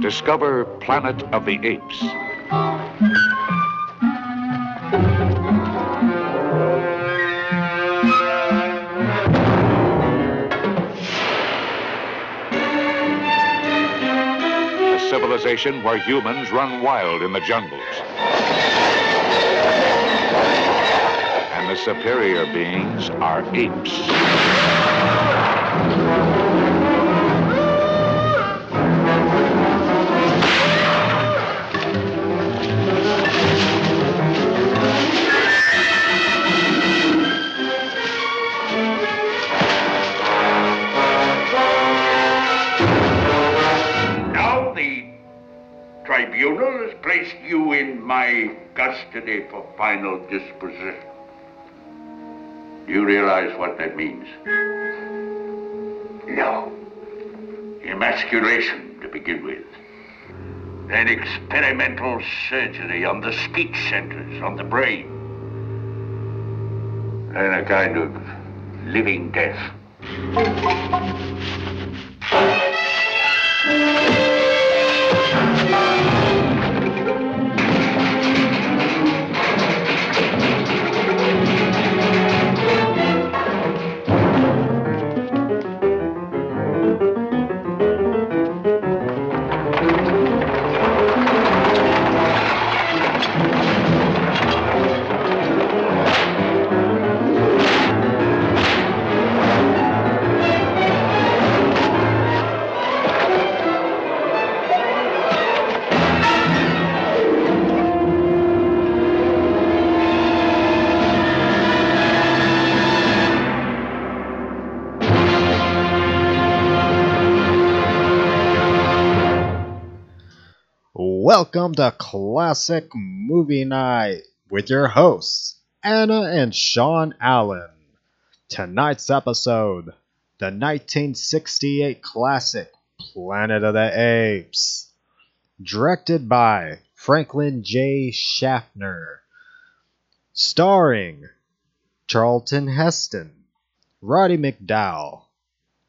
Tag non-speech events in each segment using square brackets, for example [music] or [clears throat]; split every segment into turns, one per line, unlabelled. Discover Planet of the Apes. A civilization where humans run wild in the jungles. And the superior beings are apes.
Now the tribunal has placed you in my custody for final disposition. Do you realize what that means? No. Emasculation to begin with. Then experimental surgery on the speech centers, on the brain. Then a kind of living death.
Welcome to Classic Movie Night with your hosts, Anna and Sean Allen. Tonight's episode the 1968 classic Planet of the Apes, directed by Franklin J. Schaffner, starring Charlton Heston, Roddy McDowell.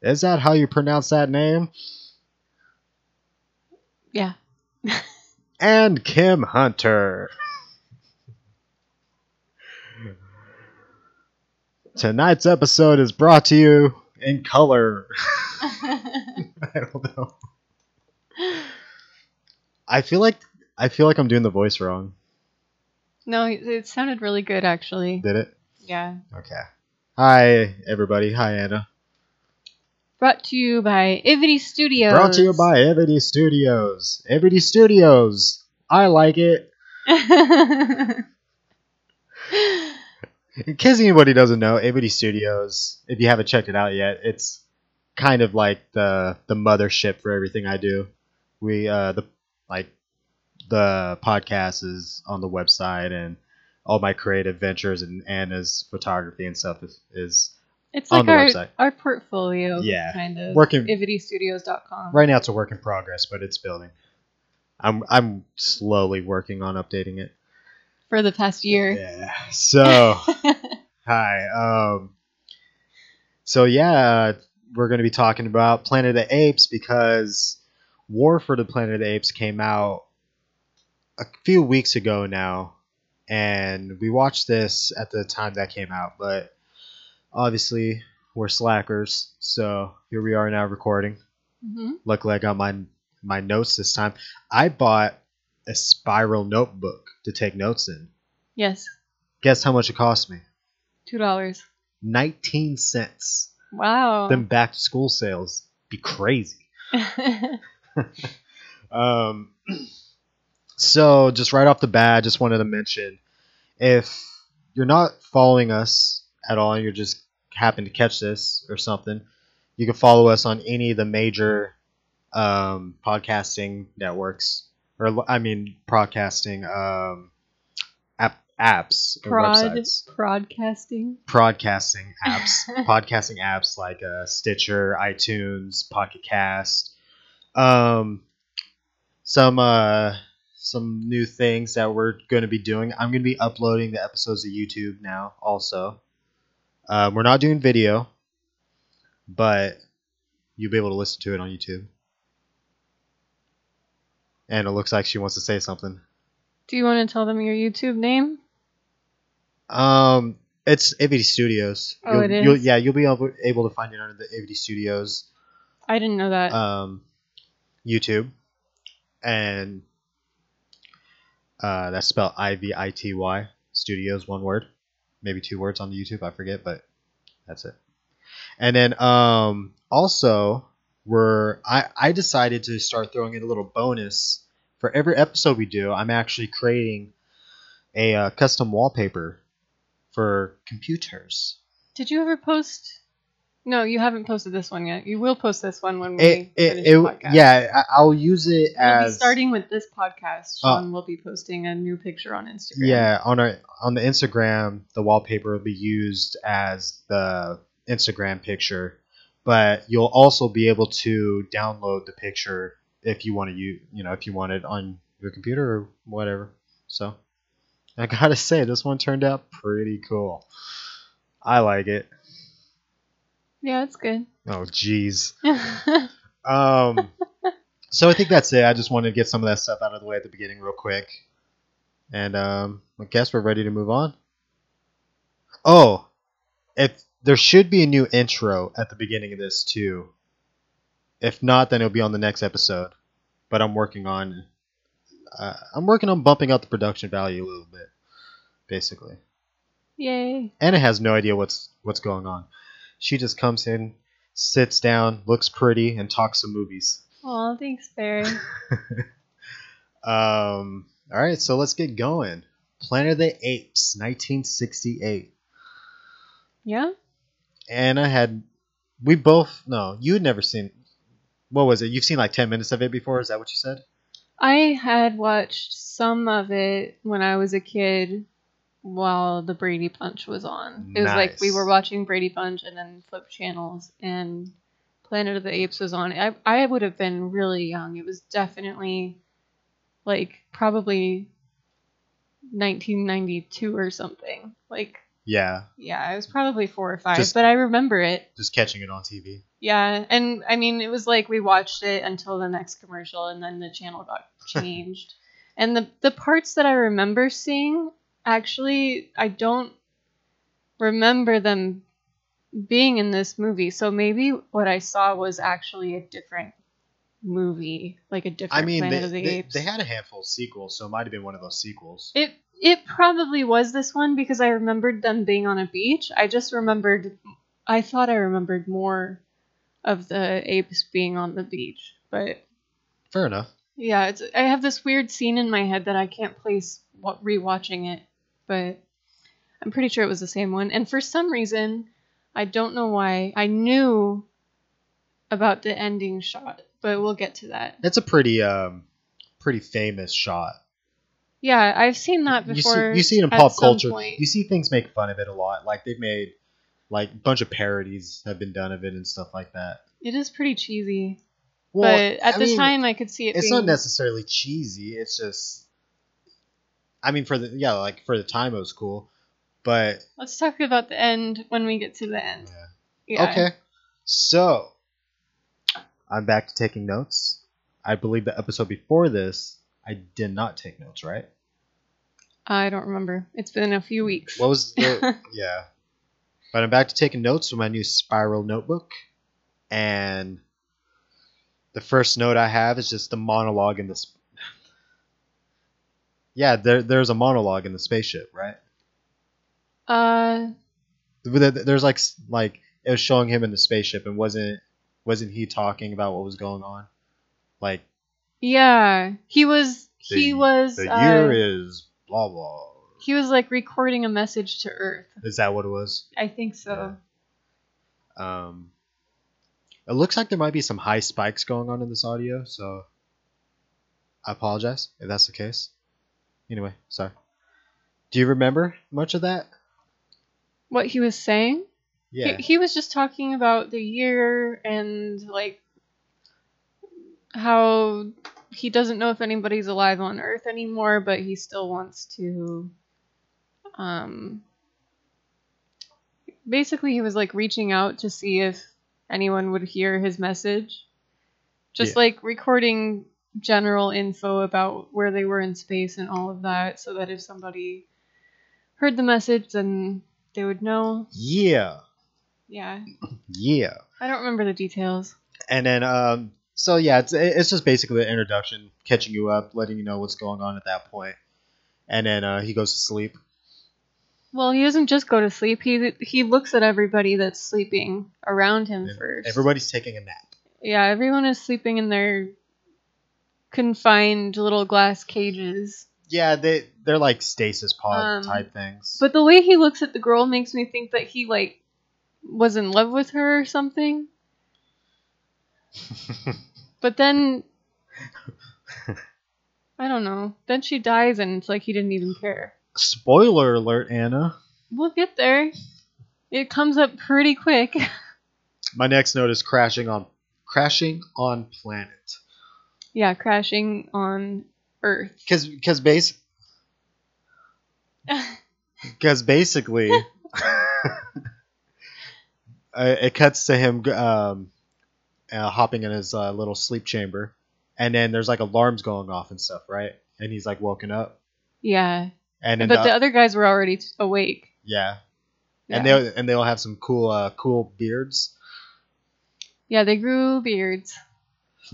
Is that how you pronounce that name?
Yeah.
and Kim Hunter. Tonight's episode is brought to you in color. [laughs] I don't know. I feel like I feel like I'm doing the voice wrong.
no, it, it sounded really good actually.
Did it?
Yeah.
Okay. Hi everybody. Hi Anna.
Brought to you by Ivity Studios.
Brought to you by Everyday Studios. Everyday Studios. I like it. In case anybody doesn't know, ABD Studios, if you haven't checked it out yet, it's kind of like the the mothership for everything I do. We uh the like the podcast is on the website and all my creative ventures and Anna's photography and stuff is, is
[laughs] it's
on
like
the
our,
website.
our portfolio.
Yeah.
Kind of.
Working-
IvityStudios.com.
right now it's a work in progress, but it's building. I'm I'm slowly working on updating it.
For the past year.
Yeah. So, hi. Um, so yeah, uh, we're going to be talking about Planet of the Apes because War for the Planet of the Apes came out a few weeks ago now, and we watched this at the time that came out, but obviously we're slackers, so here we are now recording.
hmm
Luckily, I got my my notes this time. I bought a spiral notebook to take notes in.
Yes.
Guess how much it cost me?
Two dollars.
19 cents.
Wow. [laughs]
Them back to school sales be crazy. Um, [clears throat] so, just right off the bat, I just wanted to mention if you're not following us at all, and you just happen to catch this or something, you can follow us on any of the major um, podcasting networks, or I mean, podcasting um, app, apps or
Prod
websites.
broadcasting.
broadcasting apps, podcasting apps like uh, Stitcher, iTunes, Pocket Cast, um, some uh, some new things that we're going to be doing. I'm going to be uploading the episodes to YouTube now. Also, um, we're not doing video, but you'll be able to listen to it on YouTube. and it looks like she wants to say something.
Do you want to tell them your YouTube name?
Um, it's Ivity Studios.
Oh,
you'll,
it is?
You'll, yeah, you'll be able, able to find it under the Ivity Studios
I didn't know
[laughs]
that.
um, YouTube, and uh, that's spelled I V I T Y Studios, one word, maybe two words on the YouTube. I forget, but that's it. And then um, also, we're I I decided to start throwing in a little bonus for every episode we do. I'm actually creating a uh, custom wallpaper for computers.
Did you ever post? No, you haven't posted this one yet. You will post this one when we
It,
finish
it,
the
it,
podcast.
yeah, I- I'll use it
We'll be
as
starting with this podcast,
Oh.
Sean will be posting a new picture on Instagram.
Yeah, on our on the Instagram, the wallpaper will be used as the Instagram picture, but you'll also be able to download the picture if you want to you you know if you want it on your computer or whatever. So I gotta say, this one turned out pretty cool. I like it.
yeah, it's good. [laughs]
Oh, jeez. Um, so I think that's it. I just wanted to get some of that stuff out of the way at the beginning, real quick, and um, I guess we're ready to move on. Oh, if there should be a new intro at the beginning of this too. If not, then it'll be on the next episode. But I'm working on, uh, I'm working on bumping up the production value a little bit, basically.
Yay!
Anna has no idea what's what's going on. She just comes in, sits down, looks pretty, and talks some movies.
Aw, thanks, Barry.
[laughs] Um, all right, so let's get going. Planet of the Apes, 1968.
yeah,
Anna had, we both, no, you had never seen, what was it? You've seen like 10 minutes of it before, is that what you said?
I had watched some of it when I was a kid, while the Brady Bunch was on. It was like we
Nice.
were watching Brady Bunch and then flip channels, and Planet of the Apes was on. I I would have been really young. It was definitely like probably 1992 or something. Like
Yeah,
yeah, I was probably four or five,
Just-
but I remember it.
just catching it on TV.
Yeah, and I mean, it was like we watched it until the next commercial, and then the
[laughs]
channel got changed. and the the parts that I remember seeing, actually, I don't remember them being in this movie. So maybe what I saw was actually a different movie, like a different
I mean,
Planet
they,
of the
they,
Apes.
they had a handful of sequels, so it might have been one of those sequels.
It it probably was this one because I remembered them being on a beach. I just remembered I thought I remembered more of the apes being on the beach. But
Fair enough.
yeah, it's I have this weird scene in my head that I can't place wa- rewatching it, but I'm pretty sure it was the same one. And for some reason, I don't know why, I knew about the ending shot, but we'll get to that.
That's a pretty, um, pretty famous shot.
Yeah, I've seen that
you see,
before.
you see it in
at
pop
some
culture.
point.
You see things make fun of it a lot. Like they've made like a bunch of parodies have been done of it and stuff like that.
It is pretty cheesy.
Well,
but at
I
the
mean,
time, I could see it.
it's
being,
not necessarily cheesy. It's just, I mean, for the yeah, like for the time it was cool, but
Let's talk about the end when we get to the end. Yeah.
okay. So I'm back to taking notes. I believe the episode before this, I did not take notes. Right?
I don't remember. It's been a few weeks.
What was the yeah? But I'm back to taking notes with my new spiral notebook, and the first note I have is just the monologue in this. Yeah, there, there's a monologue in the spaceship, right?
uh,
With the- There's like s- like it was showing him in the spaceship, and wasn't wasn't he talking about what was going on? Like
yeah, he was. He
The-
was.
the
uh,
year is blah blah.
he was like recording a message to Earth.
Is that what it was?
I think so.
Um, it looks like there might be some high spikes going on in this audio, so I apologize if that's the case. Anyway, sorry. Do you remember much of that?
What he was saying?
Yeah.
He, he was just talking about the year and like how he doesn't know if anybody's alive on Earth anymore, but he still wants to. Um, basically, he was like reaching out to see if anyone would hear his message, just
Yeah.
like recording general info about where they were in space and all of that, so that if somebody heard the message, then they would know.
Yeah,
Yeah,
yeah.
I don't remember the details.
And then, um, so yeah, it's it's just basically an introduction, catching you up, letting you know what's going on at that point. And then uh, he goes to sleep.
Well, he doesn't just go to sleep. He he looks at everybody that's sleeping around him first.
Everybody's taking a nap.
Yeah, everyone is sleeping in their confined little glass cages.
Yeah, they they're like stasis pod
Um,
type things.
But the way he looks at the girl makes me think that he like was in love with her or something. but then I don't know. Then she dies and it's like he didn't even care.
Spoiler alert, Anna.
We'll get there. It comes up pretty quick.
My next note is crashing on crashing on planet.
yeah, crashing on Earth.
[laughs] Because because base because basically [laughs] uh, it cuts to him um, uh, hopping in his uh, little sleep chamber, and then there's like alarms going off and stuff, right? And he's like woken up,
yeah.
and then
But
the-
the other guys were already t- awake.
yeah.
Yeah.
and they and they'll have some cool uh, cool beards.
yeah, they grew beards.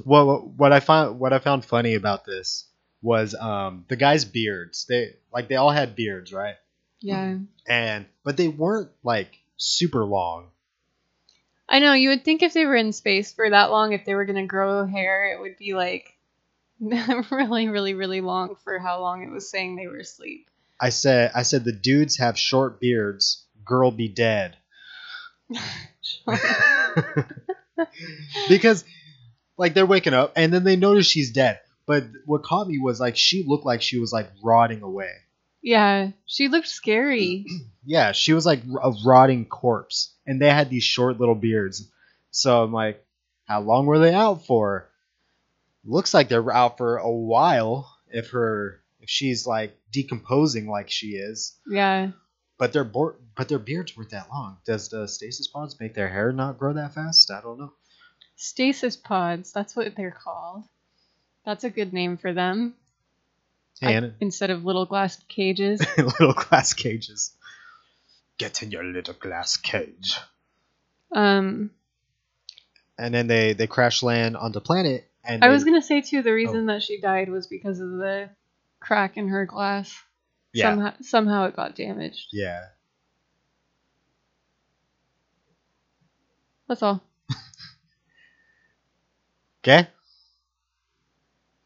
Well, what- what I found what I found funny about this was um, the guys' beards. They like they all had beards, right?
Yeah.
And but they weren't like super long.
I know. You would think if they were in space for that long, if they were going to grow hair, it would be like [laughs] really, really, really long for how long it was saying they were
[laughs]
asleep.
I said I said the dudes have short beards. Girl be dead. because like they're waking up and then they notice she's dead. But what caught me was like she looked like she was like rotting away.
yeah. She looked scary.
Yeah, she was like a rotting corpse, and they had these short little beards. So I'm like, how long were they out for? Looks like they were out for a while. If her, if she's like decomposing like she is,
yeah.
but their board, but their beards weren't that long. Does the stasis pods make their hair not grow that fast? I don't know.
Stasis pods. That's what they're called. That's a good name for them. I-
Hey, Anna, [laughs]
instead of little glass cages.
little glass cages. Get in your little glass cage.
um,
And then they they crash land on the planet. And
I
they- Oh.
was going to say, too, the reason that she died was because of the crack in her glass.
yeah
Somehow, somehow it got damaged.
yeah.
That's all.
Okay,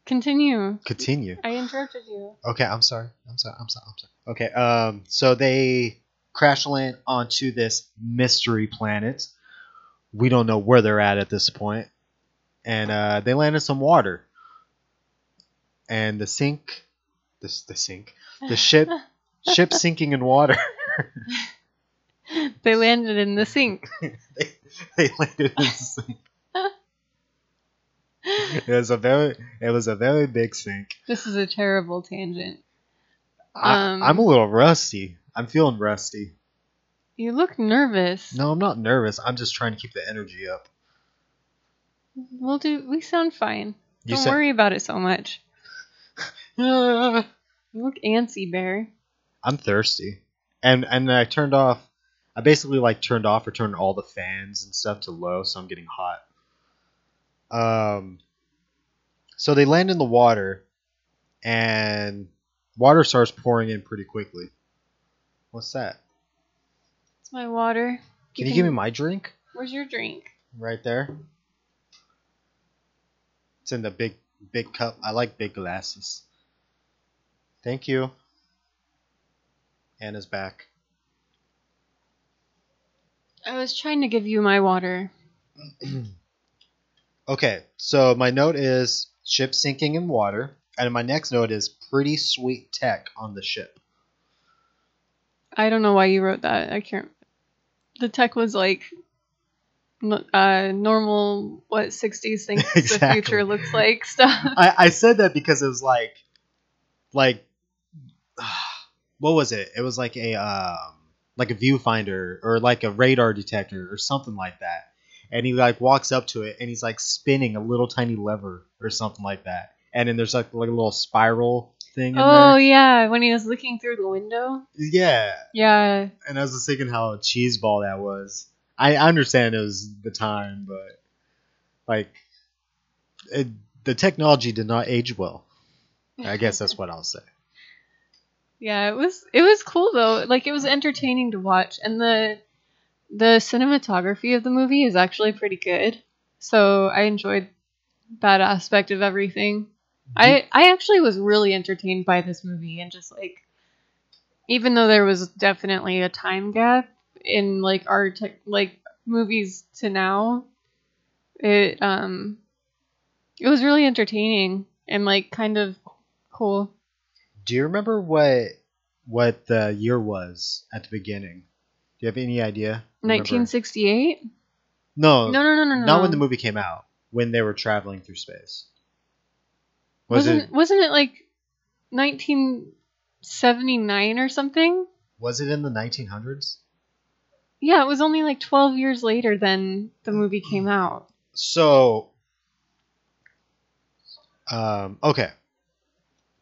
Continue.
continue.
I interrupted you. [laughs]
Okay, I'm sorry. I'm sorry. I'm sorry. I'm sorry. Okay. Um. So they crash land onto this mystery planet. We don't know where they're at at this point, and uh, they land in some water. And the sink, this the sink, the ship, ship sinking in water. [laughs]
They landed in the sink.
they, they landed in the sink. It was a very, it was a very big sink.
This is a terrible tangent. Um,
I, I'm a little rusty. I'm feeling rusty.
You look nervous.
No, I'm not nervous. I'm just trying to keep the energy up.
We'll do. We sound fine.
You
Don't
said-
worry about it so much. You look antsy, bear.
Ah, I'm thirsty, and and I turned off. I basically like turned off or turned all the fans and stuff to low, so I'm getting hot. Um, so they land in the water, and water starts pouring in pretty quickly. What's that?
It's my water.
Can you give me my drink?
Where's your drink?
Right there. It's in the big big cup. I like big glasses. Thank you. Anna's back.
I was trying to give you my water.
Okay, so my note is ship sinking in water, and my next note is pretty sweet tech on the ship.
I don't know why you wrote that. I can't. The tech was like. n- Uh, normal what
[laughs]
60s thinks the
Exactly.
future looks like [laughs] stuff
I, I said that because it was like, like, [sighs] what was it? It was like a um, like a viewfinder or like a radar detector or something like that. And he like walks up to it and he's like spinning a little tiny lever or something like that. and then there's like, like a little spiral thing. In
Oh
there.
yeah, when he was looking through the window.
yeah.
Yeah,
And I was just thinking how cheeseball that was. I, I understand it was the time, but like it, the technology did not age well. I guess that's what I'll say.
yeah. It was it was cool though. Like it was entertaining to watch, and the the cinematography of the movie is actually pretty good. So I enjoyed that aspect of everything. I I actually was really entertained by this movie and just like even though there was definitely a time gap in like our tech, like movies to now it um it was really entertaining and like kind of cool.
Do you remember what what the year was at the beginning? Do you have any idea? Remember?
1968?
No,
No, no, no, no, no.
Uh, not when the movie came out. When they were traveling through space. Was
not
it
wasn't it like 1979 or something?
was it in the 1900s?
Yeah, it was only like 12 years later than the movie came
Hmm.
out.
So, um, okay.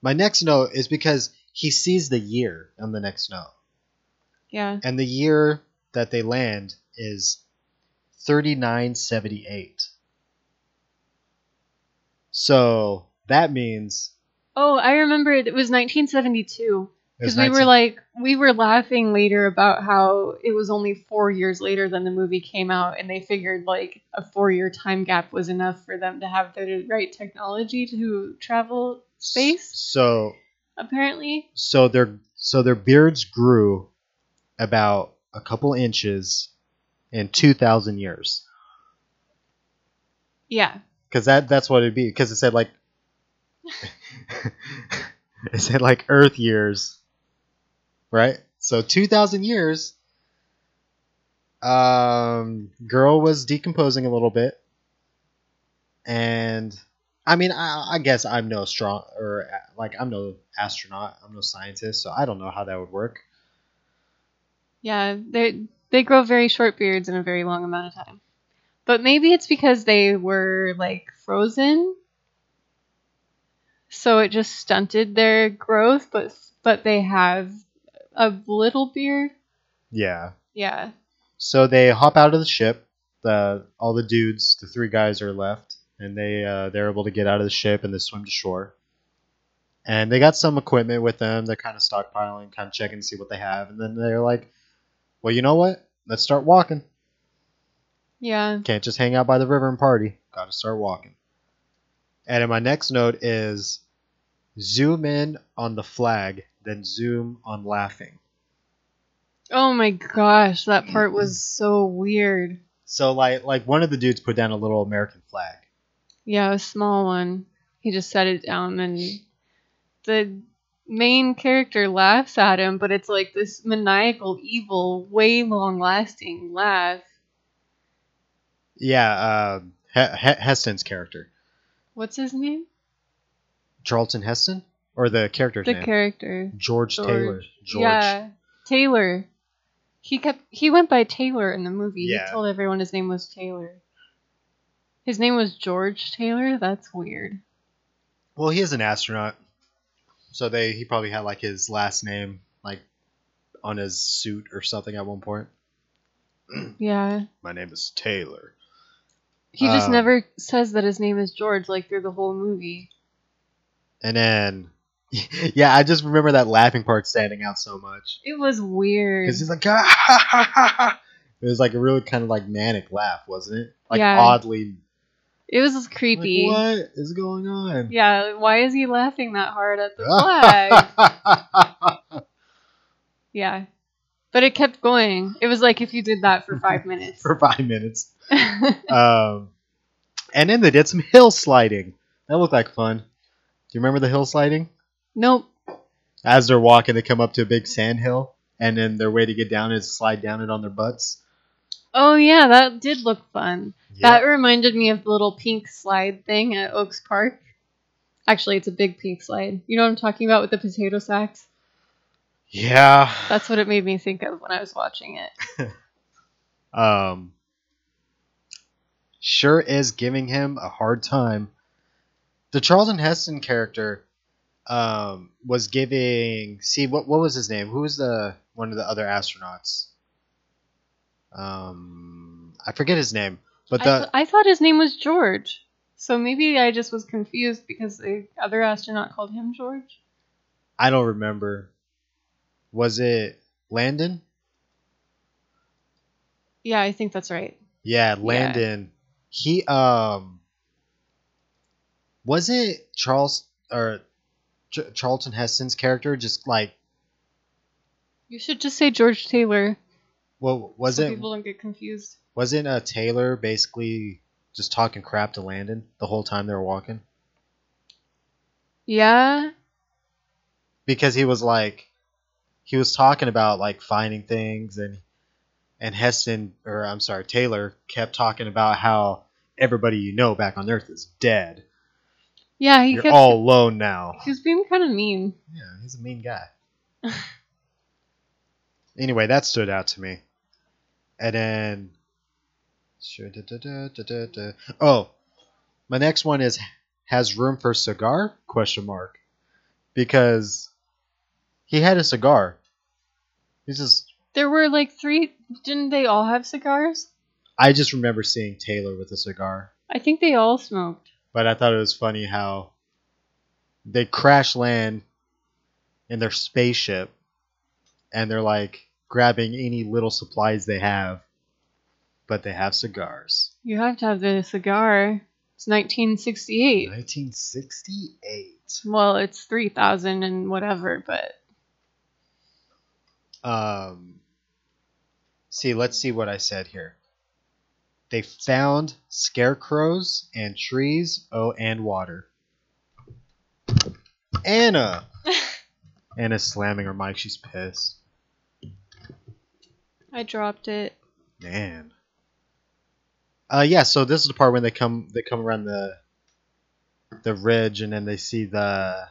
My next note is because he sees the year on the next note,
Yeah.
and the year that they land is 3978. So that means
Oh, I remember it, it was 1972
it was
because we
19
were like we were laughing later about how it was only 4 years later than the movie came out and they figured like a 4 year time gap was enough for them to have the right technology to travel space
So
apparently.
so their so their beards grew about a couple inches in 2000 years.
Yeah.
because that that's what it'd be. Because it said like [laughs] it said like Earth years, right? So two thousand years. Um, girl was decomposing a little bit, and I mean, I, I guess I'm no strong or uh, like I'm no astronaut. I'm no scientist, so I don't know how that would work.
Yeah, they they grow very short beards in a very long amount of time. But maybe it's because they were like frozen. So it just stunted their growth, but but they have a little beard.
Yeah.
Yeah.
So they hop out of the ship. The all the dudes, the three guys are left, and they uh, they're able to get out of the ship and they swim to shore. And they got some equipment with them. They're kind of stockpiling, kind of checking to see what they have, and then they're like, "Well, you know what? Let's start walking.
Yeah.
Can't just hang out by the river and party. Got to start walking." And in my next note is, zoom in on the flag, then zoom on laughing.
Oh my gosh, that part was so weird.
So like like one of the dudes put down a little American flag.
Yeah, a small one. He just set it down and the main character laughs at him, but it's like this maniacal, evil, way long lasting laugh.
Yeah, uh, H- H- Heston's character,
What's his name?
Charlton Heston, or the character's
The
name,
character.
George,
George.
Taylor. George.
Yeah. Taylor. He kept he went by Taylor in the movie.
Yeah.
He told everyone his name was Taylor. His name was George Taylor? That's weird.
Well, he is an astronaut, so they he probably had like his last name like on his suit or something at one point.
Yeah.
My name is Taylor.
He just
Um,
never says that his name is George like through the whole movie.
And then, [laughs] yeah, I just remember that laughing part standing out so much
It was weird.
because he's like, [laughs] ah! it was like a really kind of like manic laugh, wasn't it? Like
Yeah.
oddly
It was just
like,
creepy.
what is going on?
Yeah, why is he laughing that
[laughs]
hard at the flag? [laughs] yeah. But it kept going. It was like if you did that for
[laughs]
five minutes.
for five minutes. Um, and then they did some hill sliding. That looked like fun. Do you remember the hill sliding?
[laughs] nope.
As they're walking, they come up to a big sand hill, and then their way to get down is slide down it on their butts.
Oh, yeah, that did look fun. That
Yeah.
reminded me of the little pink slide thing at Oaks Park. Actually, it's a big pink slide. You know what I'm talking about with the potato sacks?
yeah.
That's what it made me think of when I was watching it.
um, sure is giving him a hard time the Charlton Heston character um, was giving. See what what was his name? Who was the one of the other astronauts? Um, I forget his name, but
I,
the
th- I thought his name was George. So maybe I just was confused because the other astronaut called him George.
I don't remember. Was it Landon?
Yeah, I think that's right.
Yeah, Landon. He um was it Charles or Ch- Charlton Heston's character just like
You should just say George Taylor.
well was
so
it
people don't get confused.
wasn't uh, Taylor basically just talking crap to Landon the whole time they were walking
Yeah.
because he was like he was talking about like finding things and and Heston or I'm sorry Taylor kept talking about how everybody you know back on Earth is dead.
Yeah, he
You're
kept
all alone now.
he was being kind of mean.
Yeah, he's a mean guy. [laughs] anyway, that stood out to me. And then. Sure, da, da, da, da, da, da. Oh, my next one is has room for cigar? Question mark, because he had a cigar. He's just
There were like three didn't they all have cigars?
I just remember seeing Taylor with a cigar,
I think they all smoked.
but I thought it was funny how they crash land in their spaceship and they're like grabbing any little supplies they have, but they have cigars.
You have to have the cigar. It's 1968.
1968.
Well, it's 3000 and whatever, but
Um, see, let's see what I said here. They found scarecrows and trees, oh, and water. Anna! Anna's slamming her mic. She's pissed.
I dropped it.
Man. Uh, yeah. So this is the part when they come they come around the the ridge and then they see the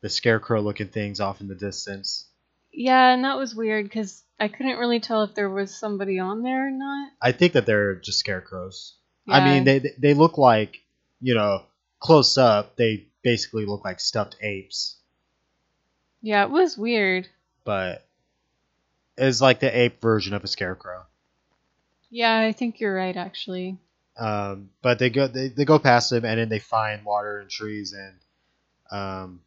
the scarecrow looking things off in the distance.
Yeah, and that was weird cuz I couldn't really tell if there was somebody on there or not.
I think that they're just scarecrows. I
Yeah.
mean, they they- they look like you know close up. They basically look like stuffed apes,
Yeah, it was weird.
but it's like the ape version of a scarecrow.
Yeah, I think you're right actually.
Um, but they go they, they go past them and then they find water and trees and um,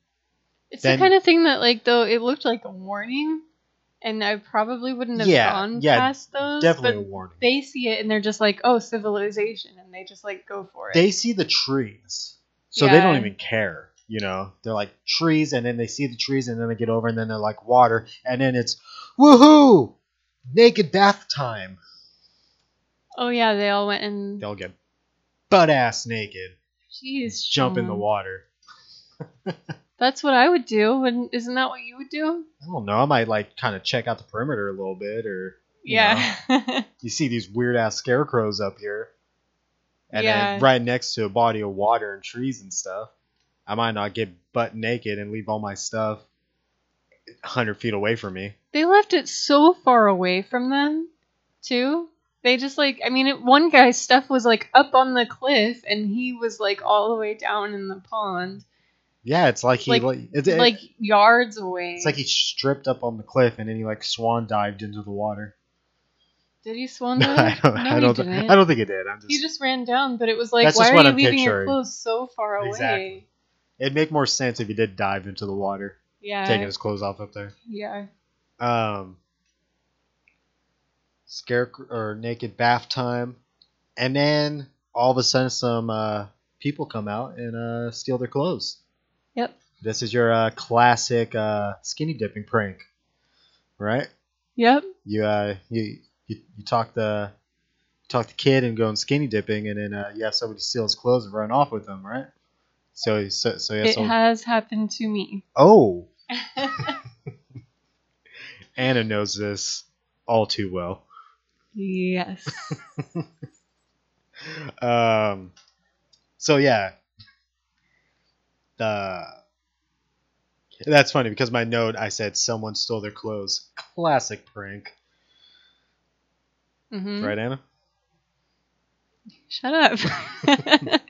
It's
Then-
the kind of thing that, like, though it looked like a warning, and I probably wouldn't have
Yeah,
gone
yeah,
past those.
definitely a
but
warning.
they see it and they're just like, "Oh, civilization," and they just like go for it.
they see the trees, so they don't
Yeah.
even care. You know, they're like trees, and then they see the trees, and then they get over, and then they're like water, and then it's woohoo, naked bath time.
oh yeah, they all went and
They'll get butt ass naked,
jeez,
jump in the
Sean.
water.
That's what I would do. Wouldn't isn't that what you would do?
I don't know. I might like kind of check out the perimeter a little bit, or you know,
Yeah, [laughs]
you see these weird ass scarecrows up here, and
Yeah.
then right next to a body of water and trees and stuff. I might not get butt naked and leave all my stuff hundred feet away from me.
they left it so far away from them, too. They just like, I mean, it, one guy's stuff was like up on the cliff, and he was like all the way down in the pond,
Yeah, it's like he
Like-
like, it's, it-
like yards away.
it's like he stripped up on the cliff and then he like swan dived into the water. [laughs]
Did he swan
No,
dive?
[laughs] I don't.
no,
I don't.
he
thi-
didn't.
I don't think he did. I'm just.
he just ran down, but it was like,
That's
why
just
are
what
you
I'm
leaving your
picturing.
clothes so far away?
Exactly. it'd make more sense if he did dive into the water,
Yeah.
taking his clothes off up there.
Yeah.
Um, scarecrow or naked bath time, and then all of a sudden some uh, people come out and uh, steal their clothes.
Yep.
This is your uh, classic uh, skinny dipping prank, right?
Yep.
you uh you you, you talk the talk the kid and go on skinny dipping and then uh, you have somebody steal his clothes and run off with them right so so so yeah
it
so
has happened to me. [laughs]
oh anna knows this all too well [laughs]
Yes.
um so yeah the that's funny because my note i said someone stole their clothes classic prank
hmm
right anna
[laughs] Shut up.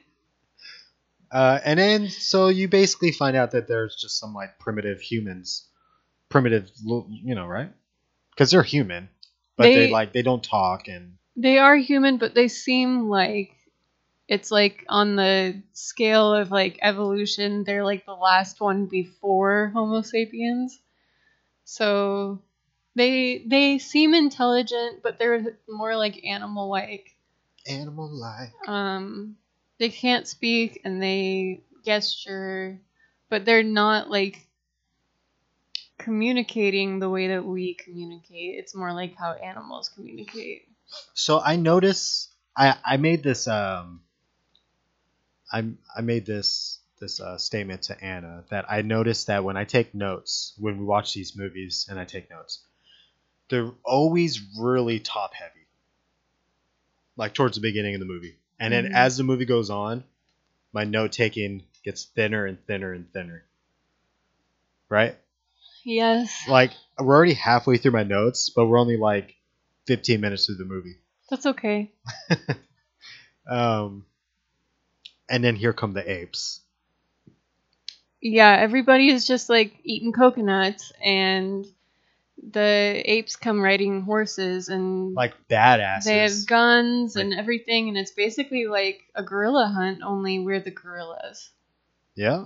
Uh, and then, so you basically find out that there's just some like primitive humans, primitive, lo- you know, right? Because they're human, but they,
They-
like they don't talk and
They are human, but they seem like it's like on the scale of like evolution, they're like the last one before Homo sapiens. So they they seem intelligent, but they're more like animal like.
animal like.
Um they can't speak and they gesture, but they're not like communicating the way that we communicate. It's more like how animals communicate.
So I notice I I made this um I I made this this uh, statement to Anna that I noticed that when I take notes when we watch these movies and I take notes, they're always really top heavy. Like towards the beginning of the movie, and then
Mhm.
as the movie goes on, my note taking gets thinner and thinner and thinner. Right?
Yes.
Like we're already halfway through my notes, but we're only like 15 minutes through the movie.
That's okay.
Um, and then here come the apes.
Yeah, everybody is just like eating coconuts, and the apes come riding horses, and
Like badasses.
they have guns and everything, and it's basically like a gorilla hunt, only we're the gorillas.
yeah.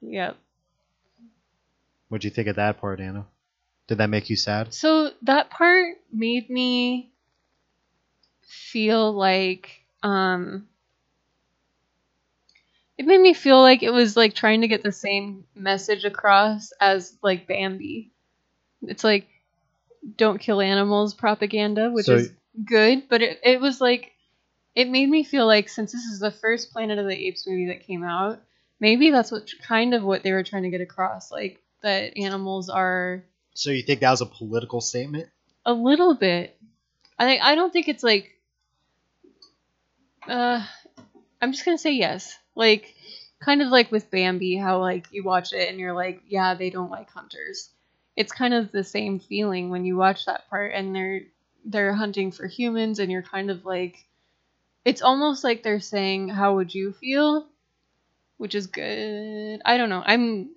Yep.
What'd you think of that part, Anna? Did that make you sad?
So that part made me feel like um it made me feel like it was like trying to get the same message across as like Bambi. It's like don't kill animals propaganda, which
So-
is good, but it, it was like it made me feel like since this is the first Planet of the Apes movie that came out, maybe that's what kind of what they were trying to get across, like that animals are
So you think that was a political statement?
a little bit. I I don't think it's like. Uh, I'm just gonna say yes. Like, kind of like with Bambi, how like you watch it and you're like, yeah, they don't like hunters. It's kind of the same feeling when you watch that part and they're they're hunting for humans and you're kind of like, it's almost like they're saying, how would you feel? Which is good. I don't know. I'm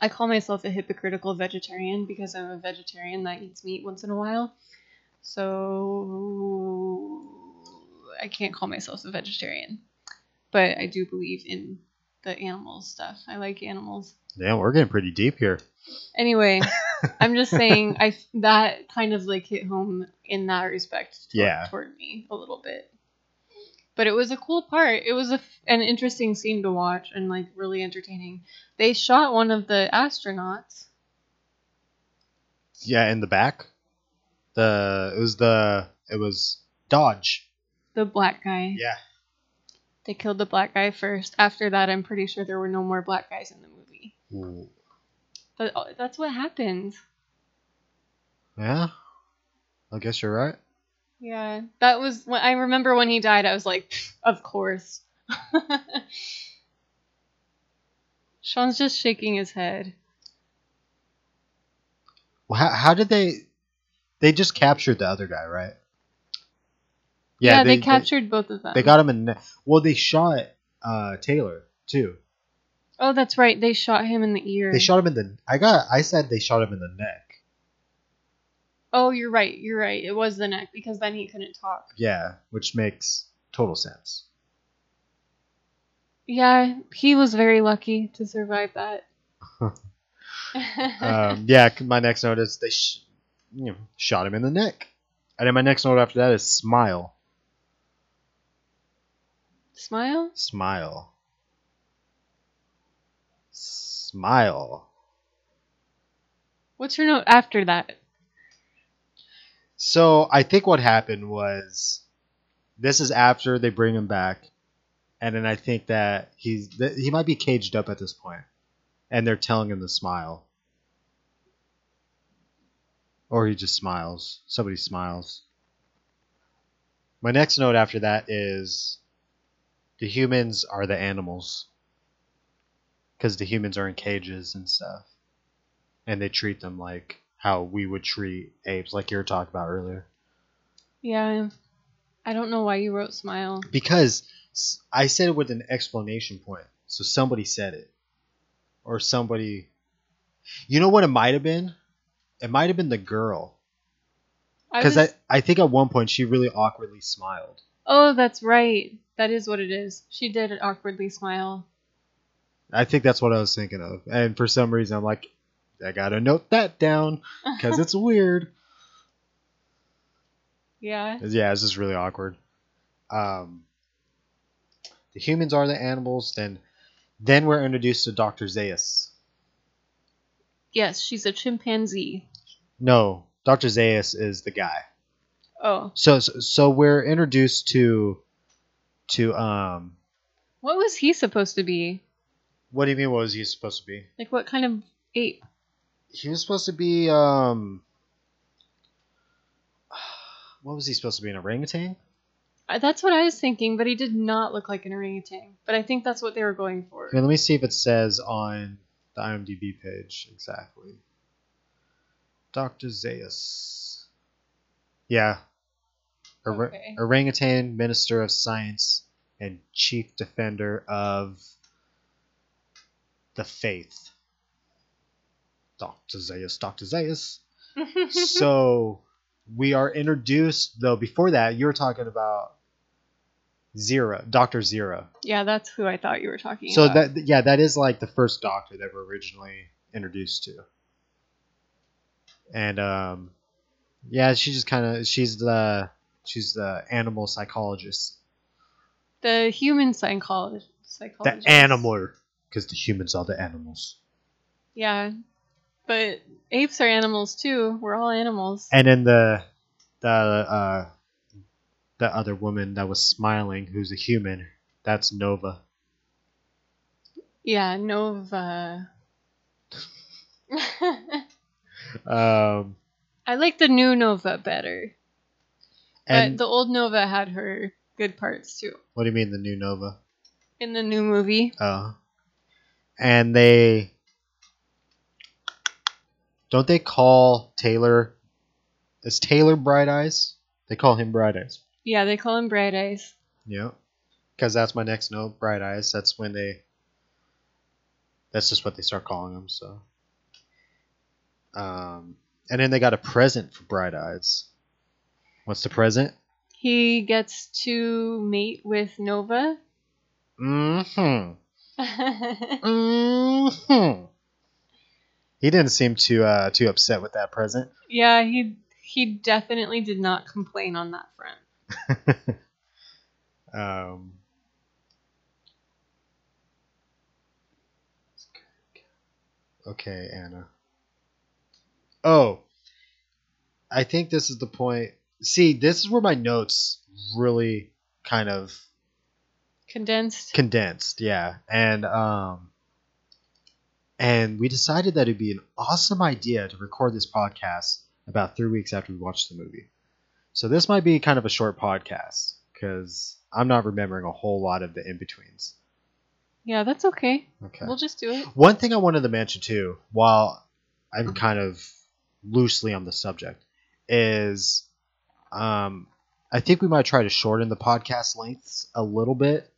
I call myself a hypocritical vegetarian because I'm a vegetarian that eats meat once in a while. So I can't call myself a vegetarian. But I do believe in the animal stuff. I like animals.
Damn, we're getting pretty deep here.
Anyway, I'm just saying I that kind of like hit home in that respect toward,
Yeah.
toward me a little bit. But it was a cool part. It was a, f- an interesting scene to watch and like really entertaining. They shot one of the astronauts
Yeah, in the back. The it was the it was Dodge.
the black guy.
Yeah.
They killed the black guy first. After that, I'm pretty sure there were no more black guys in the movie.
Ooh.
But uh, that's what happens.
Yeah. I guess you're right.
Yeah, that was when I remember when he died. I was like, "Pfft, of course. [laughs] Sean's just shaking his head.
Well, how, how did they? They just captured the other guy, right?
Yeah, they, captured both of them.
They got him in. the- Well, they shot uh, Taylor too.
oh, that's right. They shot him in the ear.
They shot him in the. I got. I said they shot him in the neck.
Oh, you're right. You're right. It was the neck because then he couldn't talk.
Yeah, which makes total sense.
Yeah, he was very lucky to survive
[laughs]
that.
Um, yeah, c- my next note is they sh- you know, shot him in the neck, and then my next note after that is smile,
[laughs] Smile.
smile, smile.
What's your note after that?
So I think what happened was this is after they bring him back, and then I think that he's that he might be caged up at this point, and they're telling him to smile, or he just smiles. Somebody smiles. My next note after that is the humans are the animals because the humans are in cages and stuff, and they treat them like how we would treat apes, like you were talking about earlier.
Yeah. I don't know why you wrote smile.
because s- I said it with an explanation point. So somebody said it, or somebody. You know what it might have been? It might have been the girl
I
because
was,
I, I think at one point she really awkwardly smiled.
oh, that's right. That is what it is. She did awkwardly smile.
I think that's what I was thinking of, and for some reason I'm like, I gotta note that down because it's weird.
Yeah.
Yeah, it's just really awkward. Um, the humans are the animals. Then, then we're introduced to Doctor Zeus.
Yes, she's a chimpanzee.
No, Doctor Zeus is the guy.
Oh,
So, so we're introduced to, to um,
what was he supposed to be?
what do you mean? What was he supposed to be?
Like, what kind of ape?
He was supposed to be um. [sighs] What was he supposed to be? An orangutan?
Uh, That's what I was thinking, but he did not look like an orangutan. But I think that's what they were going for.
Here, let me see if it says on the IMDb page exactly. Dr. Zeus. Yeah. Ora-
Okay.
Orangutan, Minister of Science, and Chief Defender of the Faith. Dr. Zeus, Dr. Zeus. so we are introduced, though, before that, you were talking about Zira, Dr. Zira.
[laughs] yeah, that's who I thought you were talking
So
about.
that yeah, that is like the first Doctor that we're originally introduced to, and um, yeah, she just kind of she's the she's the animal psychologist,
the human psychologist.
the
psychologist.
animal, because the humans are the animals,
Yeah, but apes are animals too. We're all animals.
and then the the uh, the other woman that was smiling, who's a human, that's Nova.
yeah, Nova. [laughs]
Um,
I like the new Nova better,
and
but the old Nova had her good parts too
what do you mean the new Nova?
in the new movie.
Oh. And they don't they call Taylor is Taylor Bright Eyes? They call him Bright Eyes.
Yeah, they call him Bright Eyes.
Yeah. Cause that's my next note, Bright Eyes. That's when they that's just what they start calling him, so um and then they got a present for Bright Eyes. What's the present?
He gets to mate with Nova. [laughs]
Mm-hmm. Mm-hmm. He didn't seem too uh, too upset with that present.
yeah, he he definitely did not complain on that front.
Um, okay, Anna. Oh, I think this is the point. See, this is where my notes really kind of
Condensed.
condensed, yeah. And um, and we decided that it'd be an awesome idea to record this podcast about three weeks after we watched the movie. So this might be kind of a short podcast because I'm not remembering a whole lot of the in betweens.
Yeah, that's okay.
Okay.
We'll just do it.
One thing I wanted to mention too, while I'm kind of loosely on the subject, is um, I think we might try to shorten the podcast lengths a little bit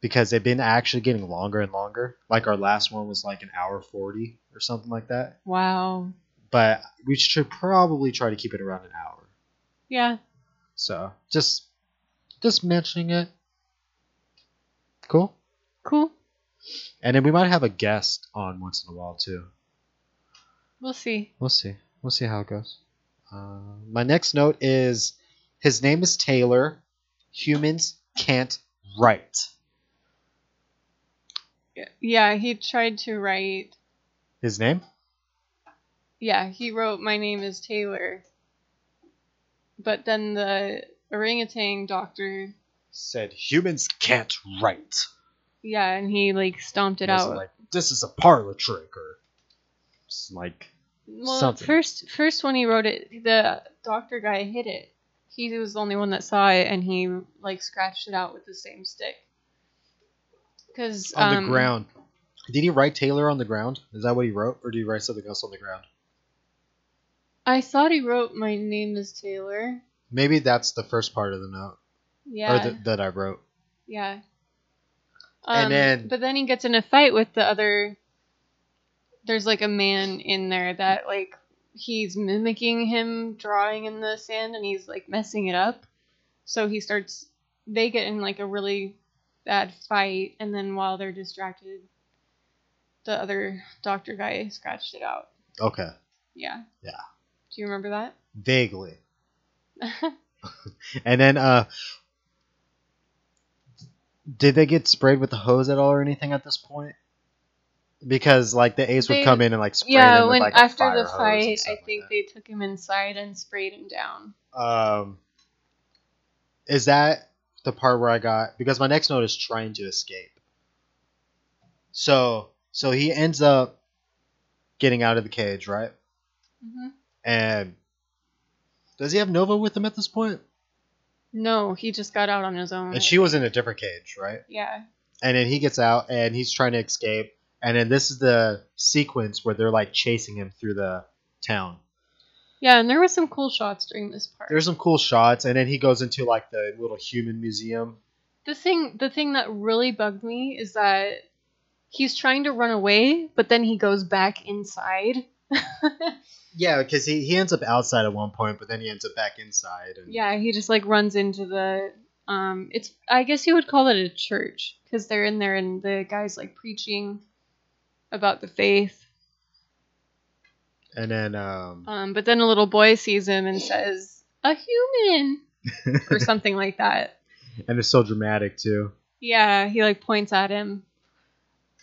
because they've been actually getting longer and longer. Like our last one was like an hour 40 or something like that.
Wow.
But we should probably try to keep it around an hour.
Yeah.
So just just mentioning it. Cool.
Cool.
And then we might have a guest on once in a while too.
We'll see.
We'll see. We'll see how it goes. Uh, my next note is his name is Taylor. Humans can't write.
Yeah, he tried to write.
His name?
Yeah, he wrote "My name is Taylor," but then the orangutan doctor.
Said humans can't write.
Yeah, and he like stomped it
Wasn't
out.
Like this is a parlor trick or it's like
well,
something.
first first when he wrote it, the doctor guy hit it. He was the only one that saw it, and he like scratched it out with the same stick. Cause
on
um,
the ground. Did he write Taylor on the ground? Is that what he wrote, or did he write something else on the ground?
I thought he wrote "My name is Taylor."
Maybe that's the first part of the note,
Yeah.
or the, that I wrote.
Yeah.
And
Um,
then-
but then he gets in a fight with the other. There's like a man in there that like he's mimicking him drawing in the sand, and he's like messing it up. So he starts. They get in like a really bad fight, and then while they're distracted, the other doctor guy scratched it out.
Okay.
Yeah.
Yeah.
Do you remember that? [laughs]
Vaguely. And then uh did they get sprayed with the hose at all or anything at this point? Because like the apes
They-
would come in and like spray
yeah,
them with
when
like a
after
fire
the
hose and
fight,
stuff
I
like
think
that.
they took him inside and sprayed him down.
Um, is that the part where I got because my next note is trying to escape. So so he ends up getting out of the cage, right?
hmm
And does he have Nova with him at this point?
No, he just got out on his own.
And she was in a different cage, right?
Yeah.
And then he gets out and he's trying to escape. And then this is the sequence where they're like chasing him through the town.
Yeah, and there was some cool shots during this part.
There's some cool shots, and then he goes into like the little human museum.
the thing the thing that really bugged me is that he's trying to run away, but then he goes back inside. [laughs]
Yeah, because he, he ends up outside at one point, but then he ends up back inside. And
Yeah, he just like runs into the um it's I guess you would call it a church cuz they're in there and the guys like preaching about the faith.
And then um,
Um but then a little boy sees him and says,
[laughs]
"A human." or something like that.
and it's so dramatic too.
Yeah, he like points at him.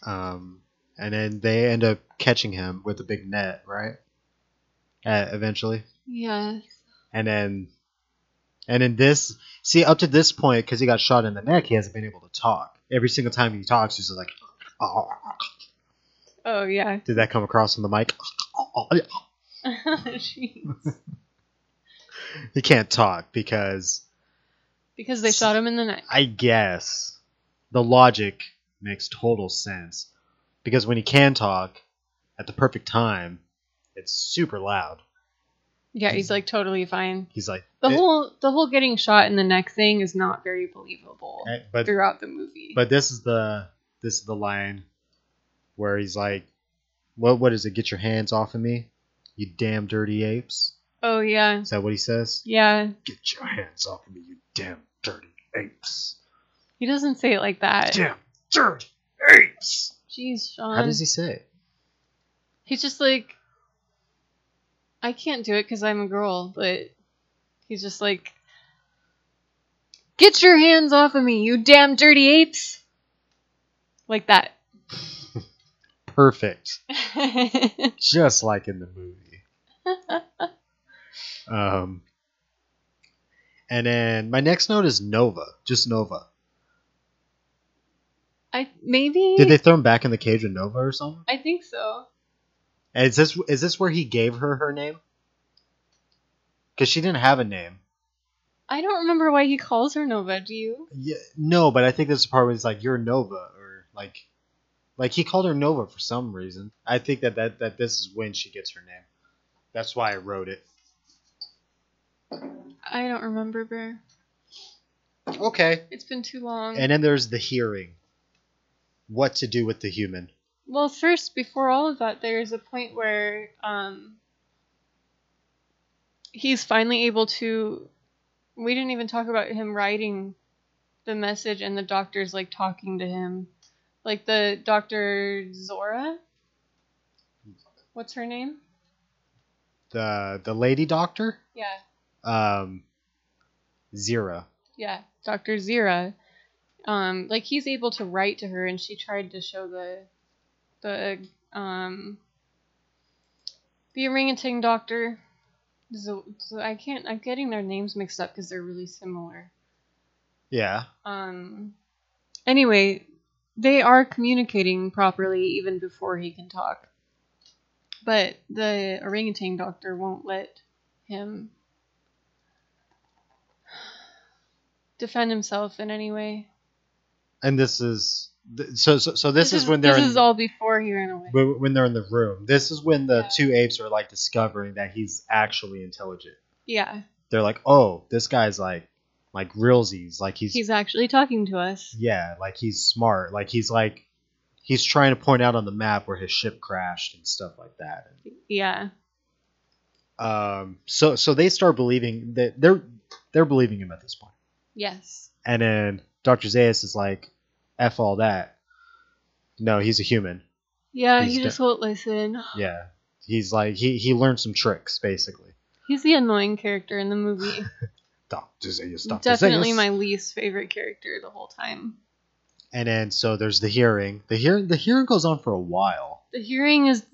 Um, and then they end up catching him with a big net, right? Uh, eventually,
Yeah.
and then and in this, see up to this point, because he got shot in the neck, he hasn't been able to talk. Every single time he talks, he's just like, oh.
Oh yeah. [laughs]
did that come across on the mic? [laughs]
Jeez.
He can't talk because
because they shot him in the neck.
I guess the logic makes total sense because when he can talk at the perfect time, it's super loud.
Yeah, he's like totally fine.
He's like
The
"Eh,"
whole the whole getting shot in the neck thing is not very believable
eh, but
throughout the movie.
but this is the this is the line where he's like, "What what is it? Get your hands off of me, you damn dirty apes."
oh yeah.
Is that what he says?
Yeah.
Get your hands off of me, you damn dirty apes.
He doesn't say it like that.
Damn dirty apes.
Jeez, Sean.
How does he say it?
He's just like I can't do it cuz I'm a girl, but he's just like Get your hands off of me, you damn dirty apes. Like that. [laughs]
Perfect. just like in the movie. um, and then my next note is Nova, just Nova.
I maybe
Did they throw him back in the cage with Nova or something?
I think so.
And is this is this where he gave her her name? Because she didn't have a name.
I don't remember why he calls her Nova, do you?
Yeah, no, but I think this is the part where he's like, "You're Nova," or like, like he called her Nova for some reason. I think that that, that this is when she gets her name. That's why I wrote it.
I don't remember, Bear.
Okay.
It's been too long.
And then there's the hearing. What to do with the human?
well, first, before all of that, there's a point where um, he's finally able to. We didn't even talk about him writing the message and the doctors like talking to him, like the doctor Zora. What's her name?
the the lady doctor
Yeah,
um zira
yeah, Doctor Zira. Um, like he's able to write to her, and she tried to show the the um the orangutan doctor. So, so I can't. I'm getting their names mixed up because they're really similar.
yeah
Um. Anyway, they are communicating properly even before he can talk. But the orangutan doctor won't let him defend himself in any way.
and this is th- so so, so this, is, when they're
this
in,
is all before he ran away.
when when they're in the room this is when the
Yeah.
two apes are like discovering that he's actually intelligent
Yeah,
they're like oh this guy's like like realsies. Like he's,
He's actually talking to us.
yeah, like he's smart. Like he's like he's trying to point out on the map where his ship crashed and stuff like that.
Yeah.
Um, so so they start believing that they're they're believing him at this point.
Yes.
And then Dr. Zaius is like, F all that. No, he's a human.
Yeah,
He's
he just won't listen.
Yeah. He's like he he learned some tricks, basically.
He's the annoying character in
[sighs]
the movie.
Dr. Zaius, Dr.
Definitely
Zaius.
my least favorite character the whole time.
And then so there's the hearing. The hearing the hearing goes on for a while.
The hearing is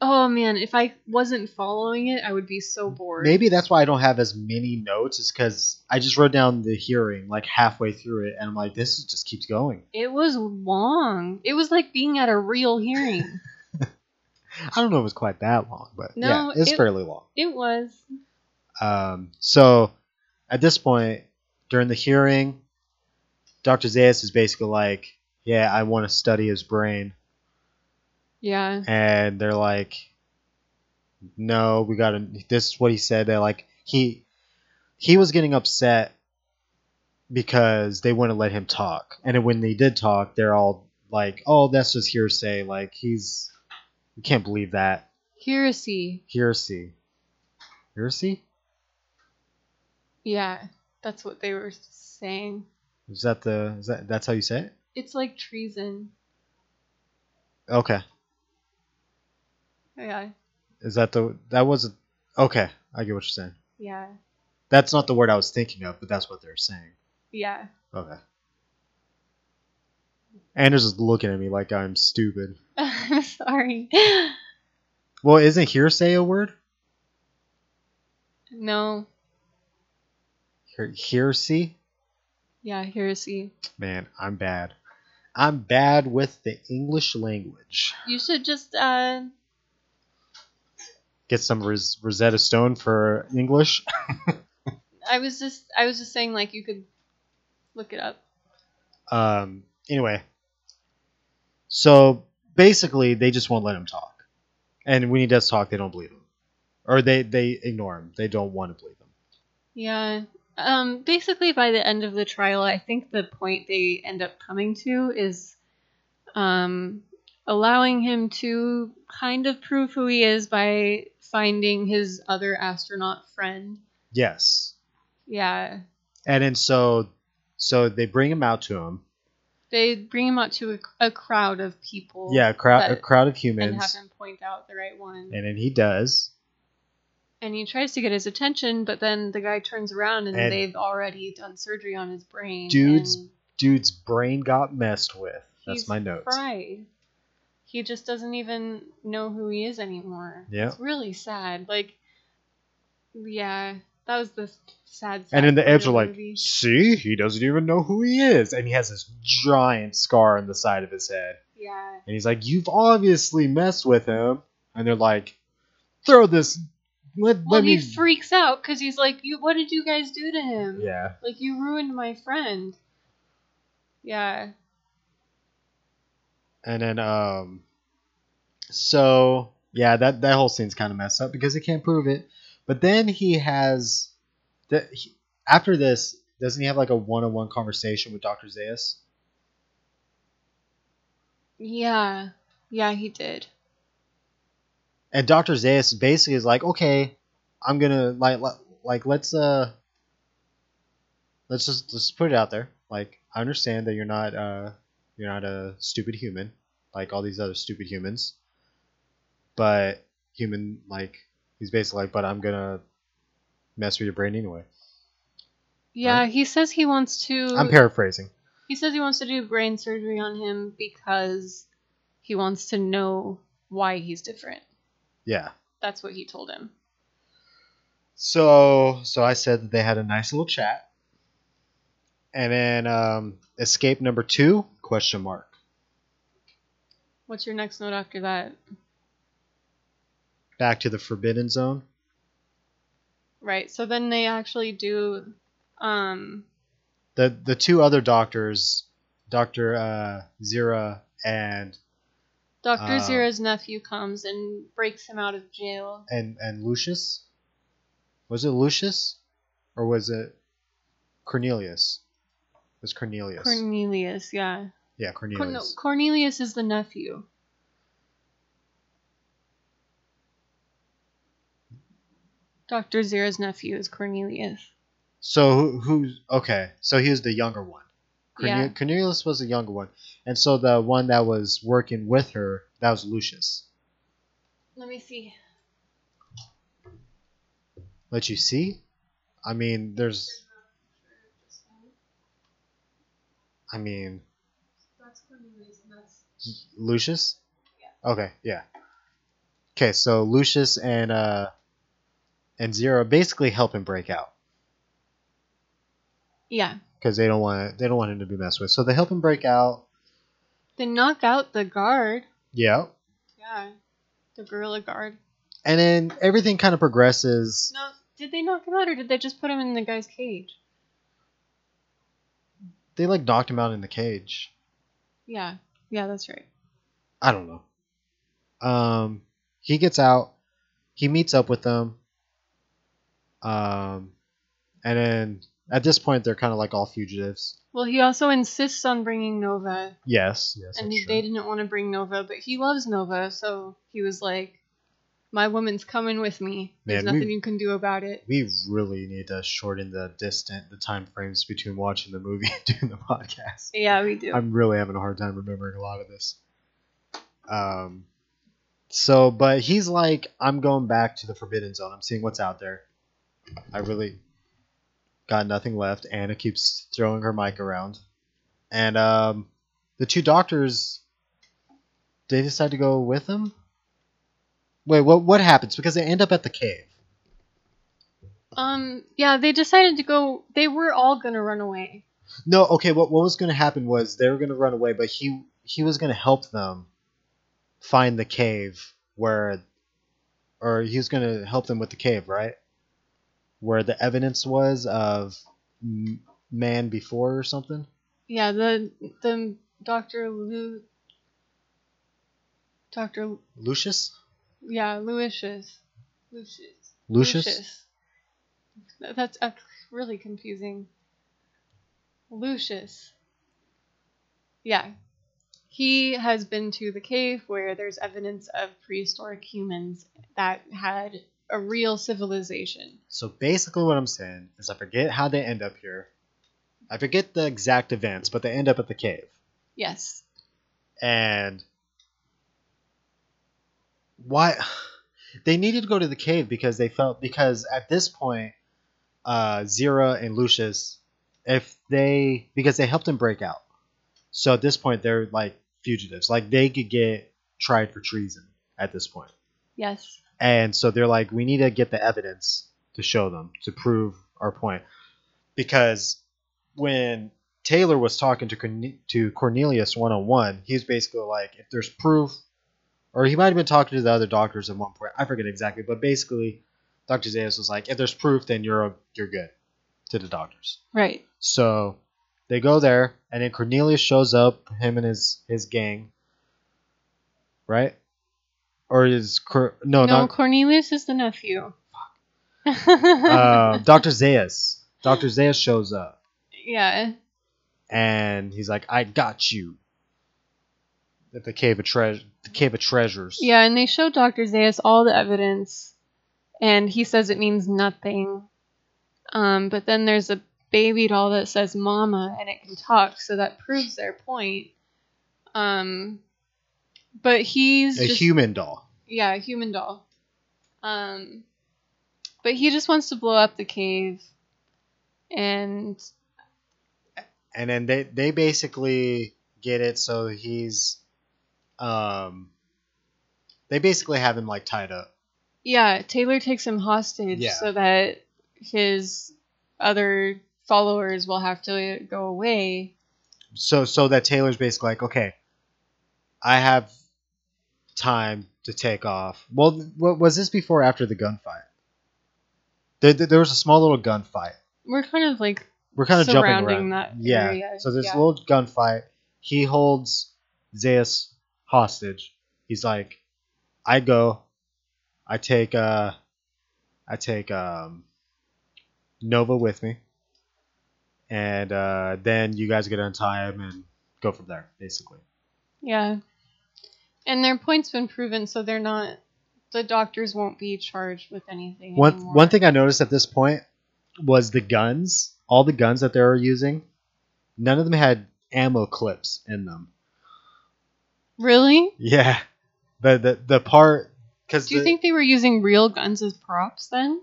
oh man, if I wasn't following it, I would be so bored.
Maybe that's why I don't have as many notes, is because I just wrote down the hearing like halfway through it, and I'm like, this is- just keeps going.
It was long. It was like being at a real hearing.
[laughs] I don't know if it was quite that long, but
No,
yeah, it's
it-
fairly long.
it was.
Um, so at this point, during the hearing, Dr. Zayas is basically like, Yeah, I want to study his brain.
Yeah.
And they're like, No, we got to. This is what he said. They're like, He he was getting upset because they wouldn't let him talk. And then when they did talk, they're all like, Oh, that's just hearsay. Like, he's. You can't believe that.
Heresy.
Hearsay. Hearsay?
Yeah. That's what they were saying.
Is that the. Is that, that's how you say it?
It's like treason.
Okay.
Yeah.
Is that the that was okay? I get what you're saying.
Yeah.
That's not the word I was thinking of, but that's what they're saying.
Yeah. [laughs]
Okay. Anders is looking at me like I'm stupid.
I'm sorry. [laughs]
Well, isn't hearsay a word?
No.
Hear- hearsay?
Yeah, heresy.
Man, I'm bad. I'm bad with the English language.
You should just uh
Get some Ros- Rosetta Stone for English.
I was just I was just saying like you could look it up.
Um. Anyway. So basically, they just won't let him talk, and when he does talk, they don't believe him, or they they ignore him. They don't want to believe him.
Yeah. Um basically by the end of the trial, I think the point they end up coming to is um allowing him to kind of prove who he is by finding his other astronaut friend.
Yes.
Yeah.
And then so so they bring him out to him.
They bring him out to a, a crowd of people.
Yeah, a crowd a
that-
crowd of
and have
humans.
him point out the right one.
And then he does.
and he tries to get his attention, but then the guy turns around and,
And-
they've already done surgery on his brain.
Dude's
and
Dude's brain got messed with. That's
he's
my notes.
fried. He just doesn't even know who he is anymore.
Yeah.
It's really sad. Like, yeah, that was the sad. sad
And then the
part of
Ebs are like,
movie.
see, he doesn't even know who he is. And he has this giant scar on the side of his head.
yeah,
And he's like, You've obviously messed with him. And they're like, Throw this. Let,
well,
let me.
he freaks out because he's like, you, what did you guys do to him?
yeah.
Like, you ruined my friend. Yeah.
And then, um. So, yeah, that, that whole scene's kind of messed up because he can't prove it. But then he has. The, he, after this, doesn't he have like a one on one conversation with Dr. Zaius?
Yeah. Yeah, he did.
and Dr. Zayas basically is like, okay, I'm gonna like le- like let's uh let's just let's put it out there. Like I understand that you're not uh you're not a stupid human like all these other stupid humans, but human like he's basically like, but I'm gonna mess with your brain anyway.
Yeah, he says he wants to.
I'm paraphrasing.
He says he wants to do brain surgery on him because he wants to know why he's different.
Yeah.
That's what he told him.
So so I said that they had a nice little chat, and then um, escape number two question mark.
What's your next note after that?
Back to the forbidden zone.
Right. So then they actually do um
the the two other doctors, Doctor uh, Zira and
Dr.
Uh,
Zira's nephew comes and breaks him out of jail.
and and Lucius. Was it Lucius, or was it Cornelius. It was Cornelius.
Cornelius, yeah.
yeah,
Cor-
Cornelius.
no, Cornelius is the nephew. Dr. Zira's nephew is Cornelius.
So who, who's okay? So he was the younger one. Corne-
Yeah.
Cornelius was the younger one, and so the one that was working with her that was Lucius.
Let me see.
Let you see? I mean, there's. I mean,
That's Cornelius, and that's
Lucius. Okay. Yeah. Okay, so Lucius and uh, and Zero basically help him break out.
Yeah.
because they don't want they don't want him to be messed with. So they help him break out.
They knock out the guard.
Yeah.
Yeah. The gorilla guard.
And then everything kind of progresses.
No, did they knock him out or did they just put him in the guy's cage?
They like knocked him out in the cage.
Yeah. Yeah, that's right.
I don't know. Um, he gets out. He meets up with them. Um, and then at this point they're kind of like all fugitives.
Well, he also insists on bringing Nova,
Yes. Yes.
and
that's
he,
true.
they didn't want to bring Nova, but he loves Nova, so he was like, "My woman's coming with me. There's
Man, we-
nothing you can do about it."
we really need to shorten the distant the time frames between watching the movie [laughs] and doing the podcast.
Yeah, we do.
I'm really having a hard time remembering a lot of this. Um, so, but he's like, I'm going back to the Forbidden Zone. I'm seeing what's out there. I really got nothing left. Anna keeps throwing her mic around, and um, the two doctors they decide to go with him. Wait, what? What happens? Because they end up at the cave.
Um, yeah, they decided to go. They were all gonna run away.
No, okay. What what was going to happen was they were going to run away, but he he was going to help them find the cave where, or he was going to help them with the cave, right? Where the evidence was of m- man before or something.
Yeah, the the Doctor Lu, Doctor
Lucius.
yeah Lucius, Lucius,
Lucius?
Th- That's uh, really confusing. Lucius. Yeah. He has been to the cave where there's evidence of prehistoric humans that had a real civilization.
So basically, what I'm saying is, I forget how they end up here. I forget the exact events, but they end up at the cave.
Yes.
and why [sighs] they needed to go to the cave because they felt because at this point uh zira and lucius if they because they helped him break out so at this point they're like fugitives like they could get tried for treason at this point
Yes.
and so they're like we need to get the evidence to show them to prove our point because when taylor was talking to Corne- to cornelius one-on-one he was basically like if there's proof or he might have been talking to the other doctors at one point i forget exactly but basically dr zayas was like if there's proof then you're you're good to the doctors
Right.
so they go there and then cornelius shows up him and his his gang right or is Cor- no,
No,
Oh, not
Cornelius is the nephew.
uh, Dr. Zeus. Dr. Zeus shows up
[laughs] yeah.
and he's like, I got you. At the cave of treasure the cave of treasures.
Yeah, and they show Dr. Zayas all the evidence, and he says it means nothing. Um, but then there's a baby doll that says mama, and it can talk, so that proves their point. Um, but he's
A
just,
human doll.
yeah, a human doll. Um, but he just wants to blow up the cave, and
And then they, they basically get it so he's um they basically have him like tied up.
Yeah, Taylor takes him hostage
Yeah.
so that his other followers will have to go away.
So so that Taylor's basically like, Okay, I have time to take off. Well th- wa- was this before or after the gunfight? There, there there was a small little gunfight.
We're kind of like
we're kind of jumping
surrounding
around.
that
yeah.
area,
So there's
yeah.
a little gunfight. He holds Zeus hostage. He's like, I go, I take uh, I take um, Nova with me, and uh, then you guys get on time and go from there, basically.
Yeah. And their point's been proven, so they're not. The doctors won't be charged with anything.
One
anymore.
one thing I noticed at this point was the guns. All the guns that they were using, none of them had ammo clips in them.
Really?
Yeah, the the, the part because
Do you think they were using real guns as props then?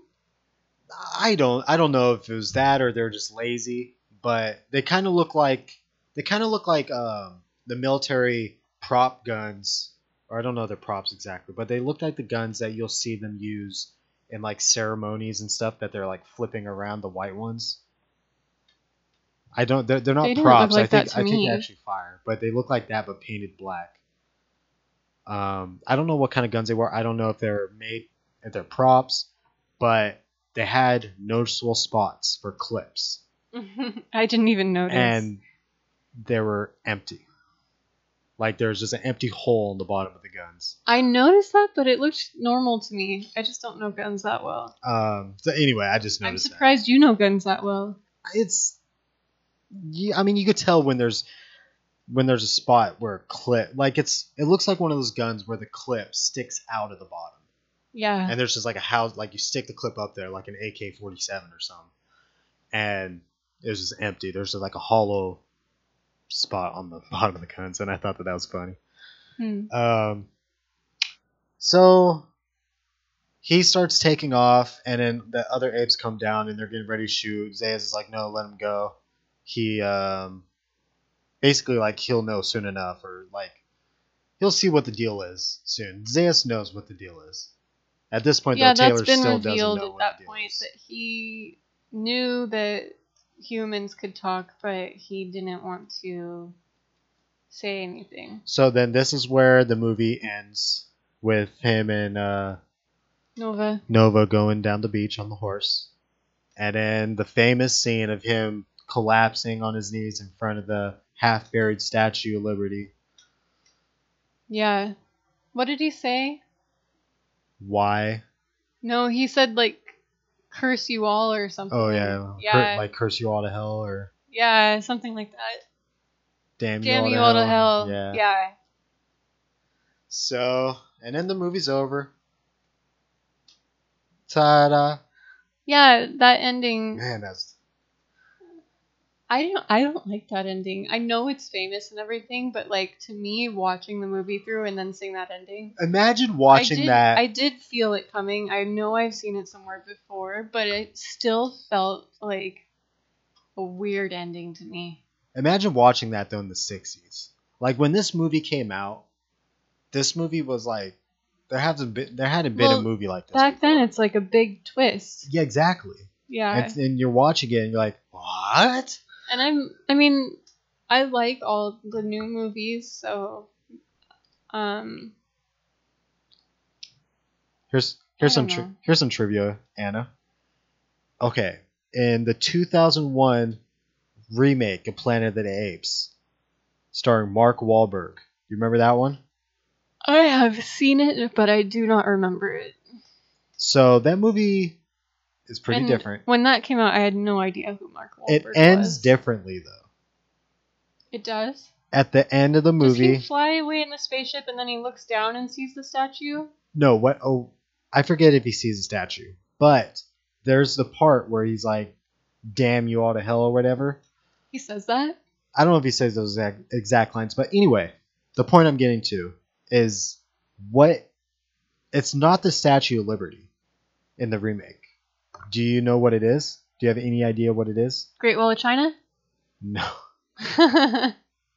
I don't I don't know if it was that or they're just lazy, but they kind of look like they kind of look like um, the military prop guns, or I don't know their props exactly, but they look like the guns that you'll see them use in like ceremonies and stuff that they're like flipping around the white ones. I don't. They're, they're not
They didn't look
props.
like
I think
that to
I think
me.
they actually fire, but they look like that but painted black. Um, I don't know what kind of guns they were. I don't know if they're made if they're props, but they had noticeable spots for clips,
I didn't even notice.
and they were empty. Like there was just an empty hole in the bottom of the guns.
I noticed that, but it looked normal to me. I just don't know guns that well.
Um, so anyway, I just
I'm
noticed. that.
surprised you know guns that well.
it's yeah, I mean you could tell when there's when there's a spot where a clip like it's it looks like one of those guns where the clip sticks out of the bottom
Yeah.
and there's just like a house like you stick the clip up there like an AK47 or something and it was just empty there's just like a hollow spot on the [laughs] bottom of the guns and I thought that that was funny
Hmm.
um, so he starts taking off, and then the other apes come down and they're getting ready to shoot. Zayas is like, "No, let him go." He um, basically like he'll know soon enough, or like he'll see what the deal is soon. Zayas knows what the deal is. At this point,
yeah,
though, Taylor
that's been
still
revealed
doesn't know
at
what the
that
deal
point
is.
that he knew that humans could talk, but he didn't want to say anything.
So then, this is where the movie ends with him and uh,
Nova.
Nova going down the beach on the horse. And then the famous scene of him collapsing on his knees in front of the half buried Statue of Liberty.
Yeah. What did he say?
Why?
No, he said like curse you all or something.
Oh, yeah.
Yeah.
Cur- like, curse you all to hell or
Yeah, something like that.
damn,
Damn
you
you all to hell.
Yeah.
yeah.
So, and then the movie's over. Ta da.
Yeah, that ending
Man, that's.
I don't I don't like that ending. I know it's famous and everything, but like to me watching the movie through and then seeing that ending.
Imagine watching
I did,
that.
I did feel it coming. I know I've seen it somewhere before, but it still felt like a weird ending to me.
Imagine watching that though in the 60s. Like when this movie came out, this movie was like there hasn't been there hadn't been a
Well,
movie like this.
Back
before.
then it's like a big twist.
Yeah, exactly.
Yeah.
And, and you're watching it and you're like, "What?"
and I'm I mean I like all the new movies, so um
Here's here's
I
some
don't
tri-
know.
here's some trivia, Anna. Okay, in the 2001 remake of Planet of the Apes, starring Mark Wahlberg. You remember that one?
I have seen it, but I do not remember it.
So that movie is pretty
And
different.
When that came out, I had no idea who Mark Wahlberg
It ends
was.
differently though.
It does.
At the end of the movie,
Does he fly away in the spaceship and then he looks down and sees the statue?
no what oh i forget if he sees a statue but there's the part where he's like damn you all to hell or whatever
He says that.
i don't know if he says those exact, exact lines but anyway the point i'm getting to is what it's not the statue of liberty in the remake do you know what it is do you have any idea what it is
Great Wall of China. [laughs]
no [laughs]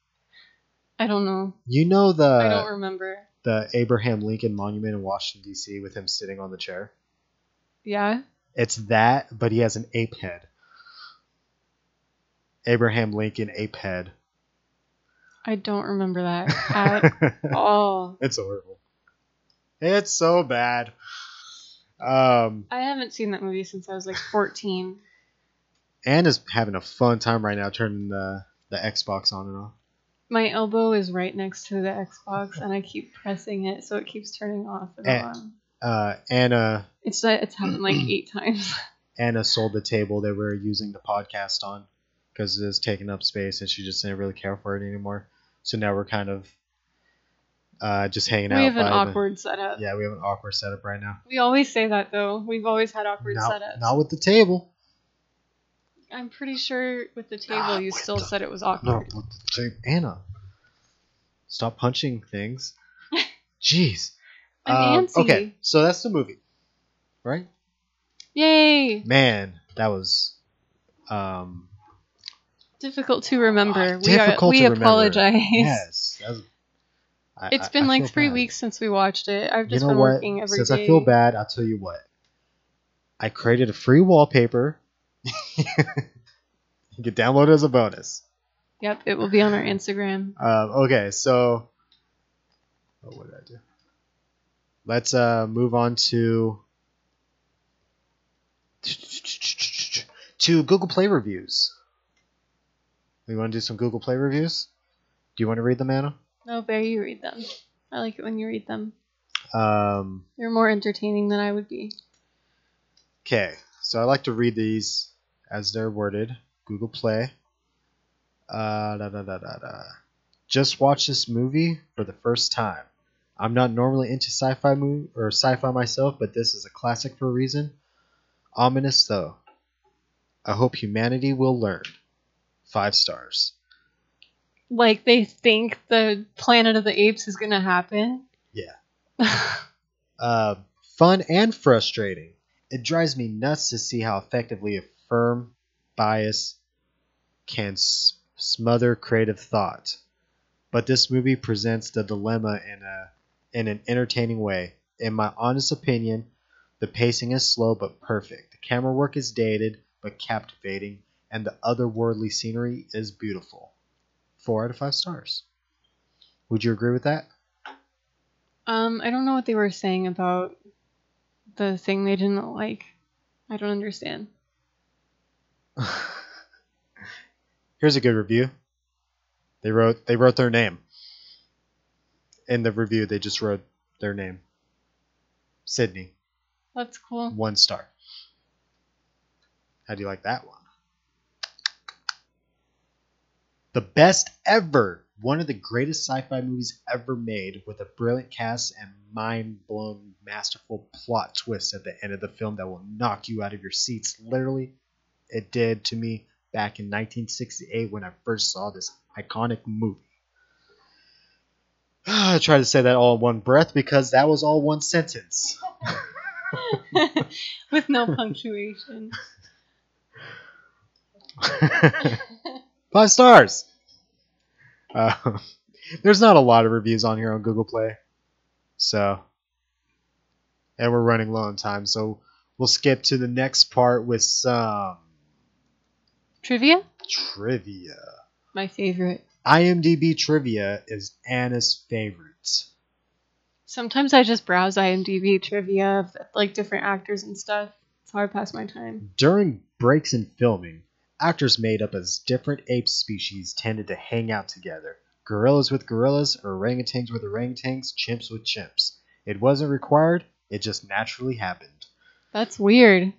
I don't know.
you know the
I don't remember.
the abraham lincoln monument in washington d.c with him sitting on the chair
Yeah.
It's that, but he has an ape head. Abraham Lincoln ape head.
I don't
[laughs]
remember that at all.
it's horrible. It's so bad. Um,
I haven't seen that movie since I was like 14.
Anna's having a fun time right now turning the, the Xbox on and off.
My elbow is right next to the Xbox, and I keep pressing it, so it keeps turning off and
Eh.
on.
Uh, Anna
It's it's happened like eight times. [laughs]
Anna sold the table that we were using the podcast on because it is taking up space and she just didn't really care for it anymore. So now we're kind of uh, just hanging out.
we have an
by the-
awkward setup.
yeah, we have an awkward setup right now.
We always say that though. We've always had awkward
Not,
setups.
not with the table.
I'm pretty sure with the table
Not
you
with
still
the-
said it was
Ah, No,
awkward.
with the table. Anna, stop punching
[laughs]
things. Jeez.
I'm
Um,
antsy.
Okay, so that's the movie, right?
Yay!
Man, that was um,
Difficult to remember. we
Ah, difficult
are, we
to remember.
apologize.
Yes, that was, I,
[laughs] It's
I-
been
I
like
feel
three
bad.
weeks since we watched it. I've
you
just
know
been
what?
working every day.
Since I feel bad, I'll tell you what. I created a free wallpaper. [laughs] you can download it as a bonus.
Yep, it will be on our Instagram.
Um, okay, so oh, what did I do? Let's uh, move on to to Google Play reviews. We want to do some Google Play reviews. Do you want to read them, Anna?
No, Bear, you read them. I like it when you read them.
Um,
You're more entertaining than I would be.
Okay, so I like to read these as they're worded. Google Play. Uh, da, da, da, da, da. Just watched this movie for the first time. I'm not normally into sci-fi movie or sci-fi myself, but this is a classic for a reason. Ominous though. I hope humanity will learn. Five stars.
Like they think the Planet of the Apes is gonna happen.
Yeah.
Yeah.
Uh, fun and frustrating. It drives me nuts to see how effectively a firm bias can s- smother creative thought. But this movie presents the dilemma in a in an entertaining way. In my honest opinion, the pacing is slow but perfect. The camera work is dated but captivating, and the otherworldly scenery is beautiful. Four out of five stars. Would you agree with that?
[laughs] Um, I don't know what they were saying about the thing they didn't like. I don't understand.
Here's a good review. They wrote they wrote their name. In the review, they just wrote their name. Sydney,
That's
[laughs]
cool. [laughs]
one star. How do you like that one? The best ever. One of the greatest sci-fi movies ever made, with a brilliant cast and mind-blown, masterful plot twist at the end of the film that will knock you out of your seats. Literally, it did to me back in 1968 when I first saw this iconic movie. [sighs] I tried to say that all in one breath because that was all one sentence.
With no
[laughs]
punctuation.
[laughs] Five stars. Uh, there's not a lot of reviews on here on Google Play, so and we're running low on time, so we'll skip to the next part with some
Trivia?
trivia.
My favorite.
IMDb trivia is Anna's favorite.
Sometimes I just browse IMDb trivia of like different actors and stuff. It's how I pass my time.
During breaks in filming, actors made up as different ape species tended to hang out together. Gorillas with gorillas, orangutans with orangutans, chimps with chimps. It wasn't required, it just naturally happened.
That's weird.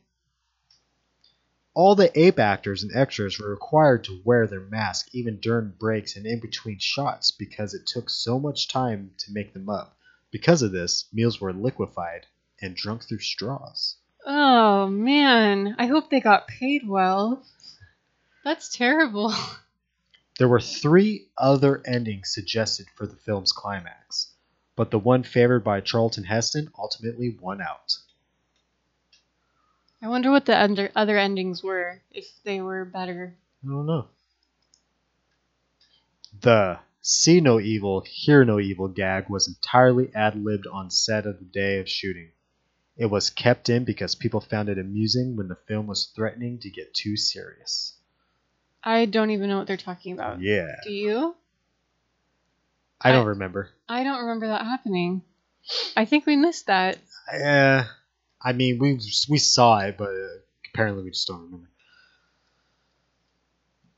All the ape actors and extras were required to wear their mask even during breaks and in between shots because it took so much time to make them up. Because of this, meals were liquefied and drunk through straws.
Oh man. I hope they got paid well. That's terrible. [laughs]
There were three other endings suggested for the film's climax, but the one favored by Charlton Heston ultimately won out.
I wonder what the under- other endings were, if they were better.
I don't know. The see no evil, hear no evil gag was entirely ad libbed on set of the day of shooting. It was kept in because people found it amusing when the film was threatening to get too serious.
I don't even know what they're talking about.
Yeah.
Do you?
I don't remember.
I don't remember that happening. I think we missed that.
Yeah, Eh, I mean, we we saw it, but uh, apparently we just don't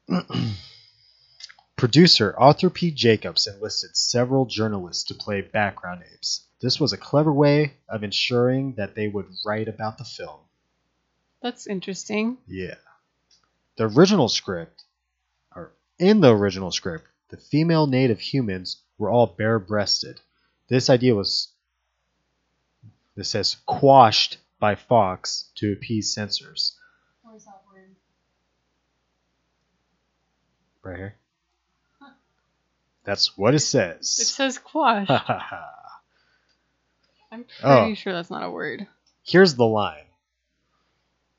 remember. [clears throat] Producer Arthur P. Jacobs enlisted several journalists to play background apes. This was a clever way of ensuring that they would write about the film.
That's interesting.
Yeah. The original script In the original script, the female native humans were all bare breasted. This idea was this says quashed by Fox to appease censors.
What is that word?
Right here. That's what it
It
says.
says quash.
Ha ha ha.
I'm
Oh.
pretty sure that's not a word.
Here's the line.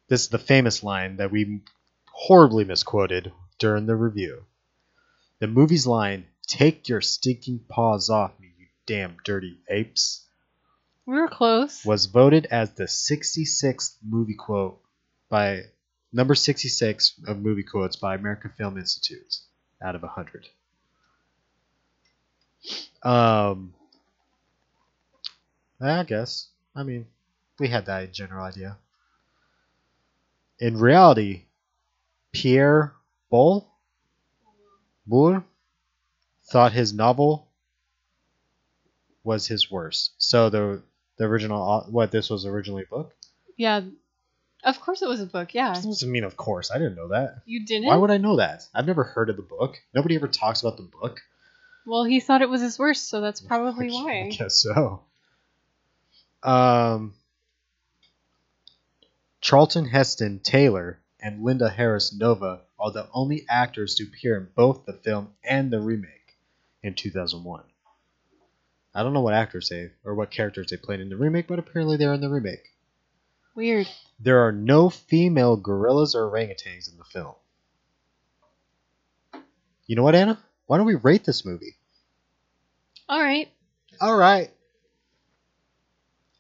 This is the famous line that we horribly misquoted during the review. The movie's line, Take your stinking paws off me, you damn dirty apes.
We were close.
was voted as the 66th movie quote by number 66 of movie quotes by American Film Institute out of 100. Um, I guess. I mean, we had that general idea. In reality, Pierre Bol Bourre thought his novel was his worst. So the the original au- what this was originally a book
Yeah. Of course it was a book. Yeah.
i mean of course i didn't know that
You didn't?
why would i know that i've never heard of the book nobody ever talks about the book
Well, he thought it was his worst, so that's probably
[laughs] i
why.
guess so um charlton heston taylor and linda harris nova are the only actors to appear in both the film and the remake in 2001 i don't know what actors they or what characters they played in the remake but apparently they're in the remake
Weird.
There are no female gorillas or orangutans in the film. You know what, Anna? Why don't we rate this movie?
All right.
All right,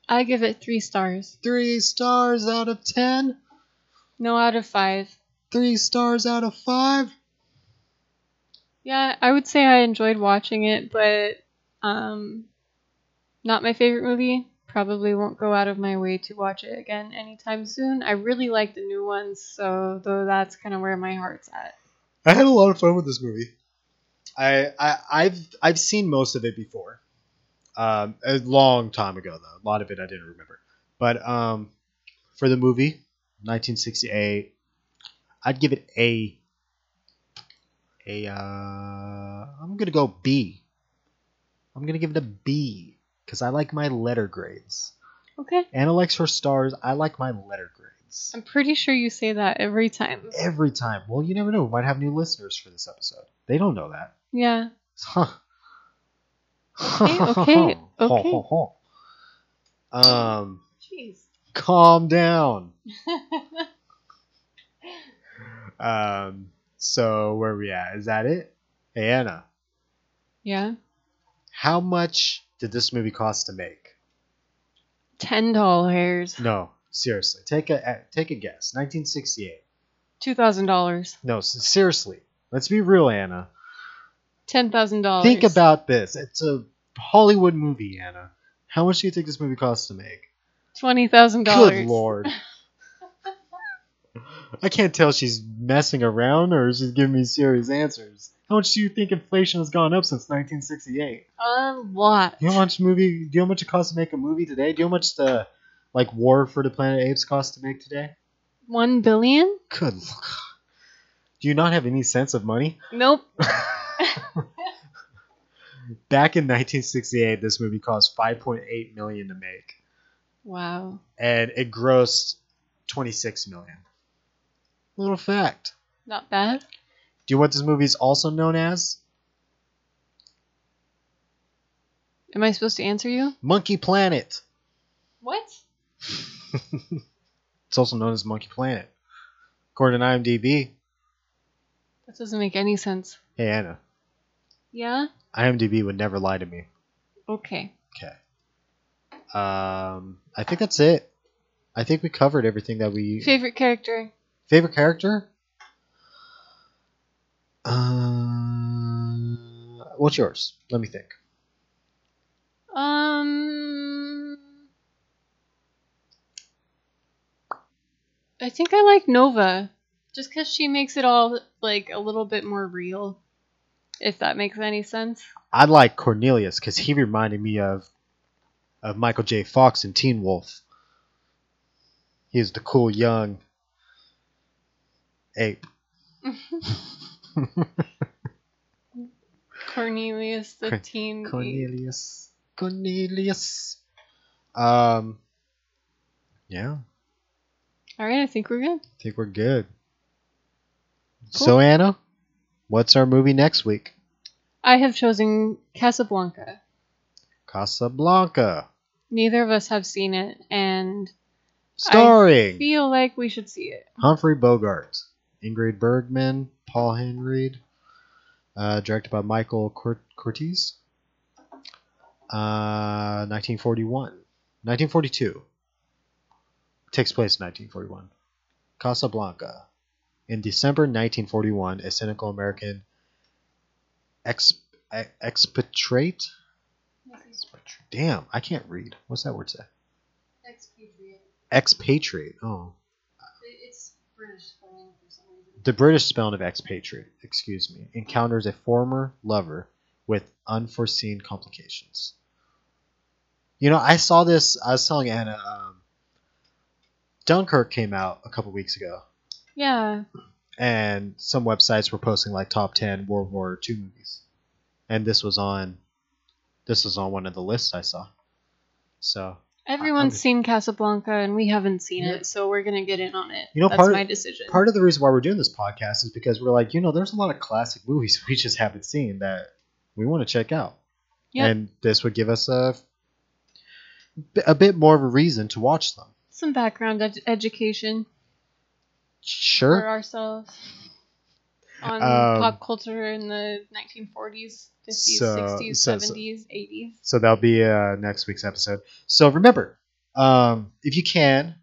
I give it three stars.
three stars out of ten.
No out of five.
Three stars out of five.
Yeah, I would say I enjoyed watching it, but um, not my favorite movie. Probably won't go out of my way to watch it again anytime soon. I really like the new ones, so though that's kind of where my heart's at.
I had a lot of fun with this movie. I, I I've I've seen most of it before, um, a long time ago though. A lot of it I didn't remember. But um, for the movie, 1968, I'd give it a a. Uh, I'm gonna go B. I'm gonna give it a B because I like my letter grades.
Okay.
Anna likes her stars. I like my letter grades.
I'm pretty sure you say that every time.
Every time. Well, you never know. We might have new listeners for this episode. They don't know that.
Yeah.
Huh. [laughs]
Okay, okay, okay.
Um,
Jeez.
calm
[laughs]
down. Um, so where we at? Is that it? Hey Anna,
yeah.
how much did this movie cost to make?
Ten dollars.
No, seriously, take a a- take a guess. 1968.
Two thousand dollars.
No, s- seriously, let's be real, Anna.
Ten thousand dollars.
Think about this. It's a Hollywood movie, Anna. How much do you think this movie cost to make?
twenty thousand dollars.
Good lord. I can't tell if she's messing around or she's giving me serious answers. How much do you think inflation has gone up since 1968?
A lot.
Do you know how much movie? Do you know how much it costs to make a movie today? Do you know how much the like War for the Planet Apes costs to make today?
One billion?
Good. Lord. Do you not have any sense of
[laughs]
money? [laughs]
Nope.
Back in 1968, this movie cost 5.8 million to make,
Wow.
and it grossed 26 million. Little fact.
Not bad.
Do you know what this movie is also known as?
Am I supposed to answer you?
Monkey Planet.
What?
It's also known as Monkey Planet. According to IMDb.
That doesn't make any sense.
Hey, Anna.
Yeah?
IMDb would never lie to me.
Okay.
Okay. Um, I think that's it. I think we covered everything that we.
Favorite character?
Favorite character? Uh, what's yours? Let me think.
Um. I think I like Nova. Just because she makes it all, like, a little bit more real. If that makes any sense. [laughs]
I like Cornelius because he reminded me of of Michael J. Fox in Teen Wolf. He's the cool
[laughs]
young ape.
Cornelius the
Cor-
Teen.
Cornelius. Cornelius. Um. Yeah,
All right, I think we're good.
I think we're good.
Cool.
So Anna, what's our movie next week?
I have chosen Casablanca.
Casablanca,
Neither of us have seen it, and I
starring
feel like we should see it.
Humphrey Bogart, Ingrid Bergman, Paul Henreid, uh, directed by Michael Cort- Cortez. Uh, 1941. 1942. Takes place in 1941. Casablanca. In December 1941, a cynical American exp- e- expatriate. Damn, I can't read. What's that word say? Expatriate. Oh.
It's British spelling for some reason.
The British spelling of expatriate, excuse me, encounters a former lover with unforeseen complications. You know, I saw this. I was telling Anna, um, Dunkirk came out a couple weeks ago,
Yeah,
and some websites were posting like top ten World War II movies, and this was on, this was on one of the lists I saw. So
everyone's
I'm-
seen Casablanca, and we haven't seen
Yeah.
it, so we're gonna get in on it.
You know,
that's
part-
my decision.
part of the reason why we're doing this podcast is because we're like, you know, there's a lot of classic [laughs] movies we just haven't seen that we want to check out.
Yep.
And this would give us a a bit more of a reason to watch them.
some background ed- education for
Sure.
ourselves on
Um,
pop culture in the 1940s, 50s,
So-
60s,
so- so-
70s, 80s.
So that'll be uh, next week's episode. So remember, um, if you can,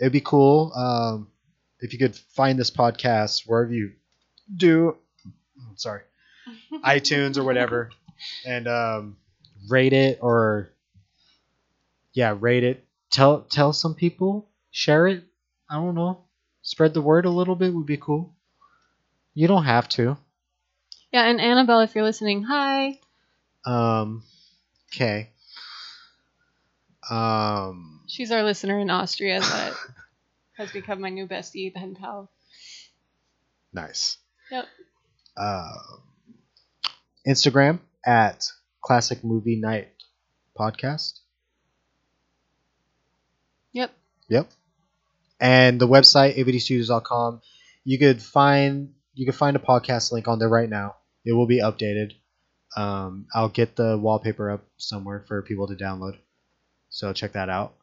it'd be cool um, if you could find this podcast wherever you do. I'm sorry. iTunes or whatever, and um, rate it or yeah, rate it. Tell tell some people, share it. I don't know. Spread the word a little bit would be cool. You don't have to.
Yeah, and Annabelle, if you're listening, hi.
Um, okay. Um,
She's our listener in Austria that [laughs] has become my new bestie pen pal.
nice.
Yep.
Um, Instagram at Classic Movie Night Podcast.
Yep.
Yep. And the website avdstudios.com. You could find you could find a podcast link on there right now. It will be updated. Um, I'll get the wallpaper up somewhere for people to download. So check that out.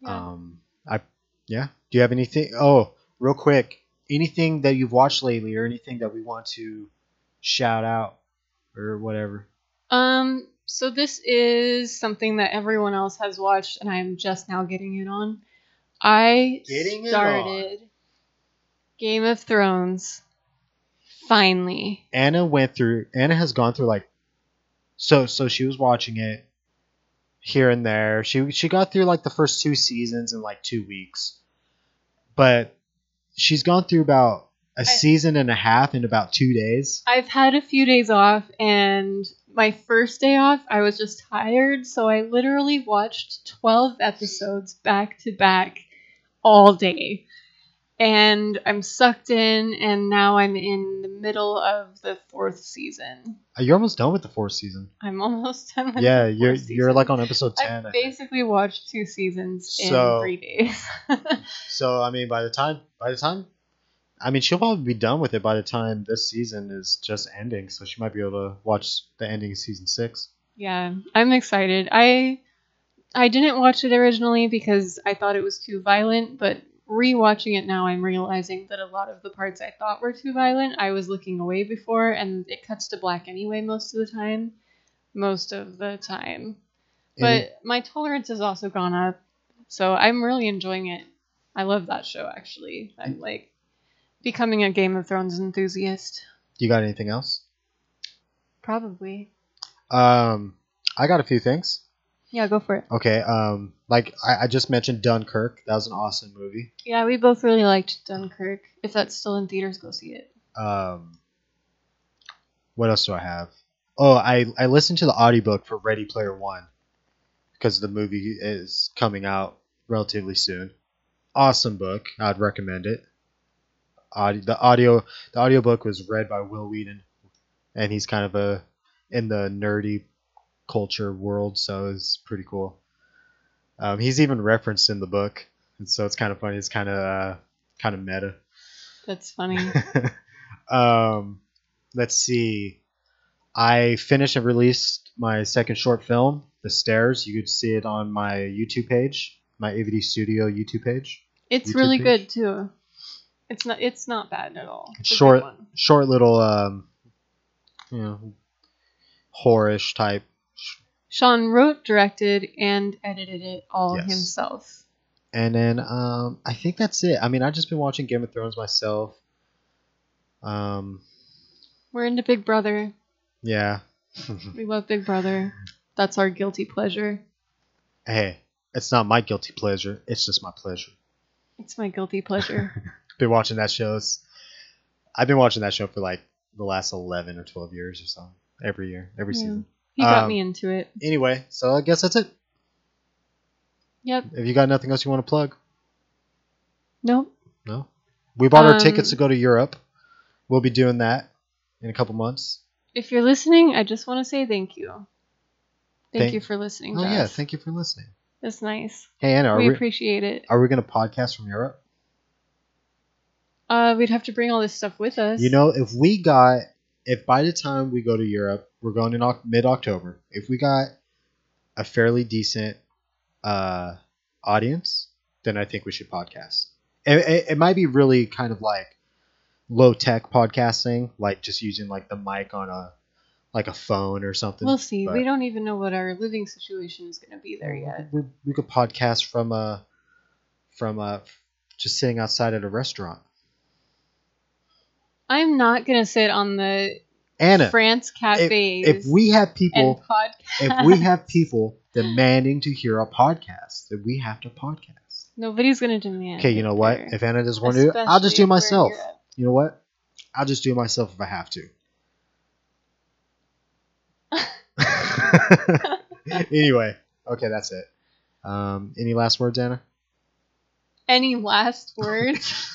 Yeah.
Um, I yeah. Do you have anything? Oh, real quick, anything that you've watched lately, or anything that we want to shout out, or whatever.
um, so this is something that everyone else has watched, and I'm just now getting in on. I
Getting it
started Game of Thrones. Finally.
Anna went through. Anna has gone through like, so so she was watching it here and there. She she got through like the first two seasons in like two weeks, but she's gone through about a season and a half in about two days.
I've had a few days off, and my first day off, I was just tired, so I literally watched 12 episodes back to back all day. And I'm sucked in, and now I'm in the middle of the fourth season.
You're almost done with the fourth season.
I'm almost done. With
Yeah,
the
you're
fourth
you're
season.
like on episode ten. I
I
think.
basically watched two seasons
So-
in three days. [laughs]
So I mean, by the time by the time, I mean she'll probably be done with it by the time this season is just ending. So she might be able to watch the ending of season six.
Yeah, I'm excited. I I didn't watch it originally because I thought it was too violent, but rewatching it now I'm realizing that a lot of the parts I thought were too violent, I was looking away before and it cuts to black anyway most of the time. Most of the time.
Any-
But my tolerance has also gone up, so I'm really enjoying it. I love that show actually. I'm like becoming a Game of Thrones enthusiast.
you got anything else?
Probably.
Um, I got a few things.
Yeah, go for it.
Okay. Um, like I, I just mentioned Dunkirk. That was an awesome movie.
Yeah, we both really liked Dunkirk. If that's still in theaters, go see it.
Um, what else do I have? Oh, I I listened to the audiobook for Ready Player One because the movie is coming out relatively soon. Awesome book. I'd recommend it. Audi- the audio the audiobook was read by Will Whedon. and he's kind of a in the nerdy culture world, so it's pretty cool. Um, he's even referenced in the book, and so it's kind of funny. It's kind of uh, kind of meta. [laughs]
That's funny.
um, let's see. I finished and released my second short film, The Stairs. You could see it on my YouTube page, my AVD Studio YouTube page.
It's
YouTube
really
page?
good too. It's not. It's not bad at all. It's a good
Short,
one.
short little, um, you know, horish type.
Sean wrote, directed, and edited it all
Yes.
himself.
And then um, I think that's it. I mean, I've just been watching Game of Thrones myself. Um,
We're into Big Brother.
yeah. [laughs]
We love Big Brother. That's our guilty pleasure.
hey, it's not my guilty pleasure. It's just my pleasure.
It's my
[laughs]
guilty pleasure.
been watching that show. s- I've been watching that show for like the last eleven or twelve years or so. Every year, every
Yeah.
season.
He got
Um,
me into it.
Anyway, so I guess that's it.
Yep.
If you got nothing else you want to plug,
Nope.
no. We bought our
Um,
tickets to go to Europe. We'll be doing that in a couple months.
If you're listening, I just want to say thank you. Thank,
Thank-
you for listening,
Oh
Josh.
yeah, thank you for listening.
That's nice.
Hey Anna, are
we
we,
appreciate it.
are we going to podcast from Europe?
Uh, we'd have to bring all this stuff with us.
You know, if we got if by the time we go to Europe, we're going in mid October. If we got a fairly decent uh, audience, then I think we should podcast. It, it, it might be really kind of like low tech podcasting, like just using like the mic on a like a phone or something.
we'll see.
but- Mm-hmm.
We don't even know what our living situation is going to be there yet.
We, we could podcast from a from a just sitting outside at a restaurant.
I'm not going to sit on the
Anna,
France
if,
cafes
if we have people
and podcast.
if
[laughs]
we have people demanding to hear a podcast, then we have to podcast.
Nobody's going to demand.
Okay, you
it
know what?
there.
If Anna doesn't want to do it, I'll just do
Especially if
it
we're in
myself.
Europe.
You know what? I'll just do it myself if I have
[laughs]
to. [laughs] anyway, okay, that's it. Um, any last words, Anna?
Any
[laughs]
last words?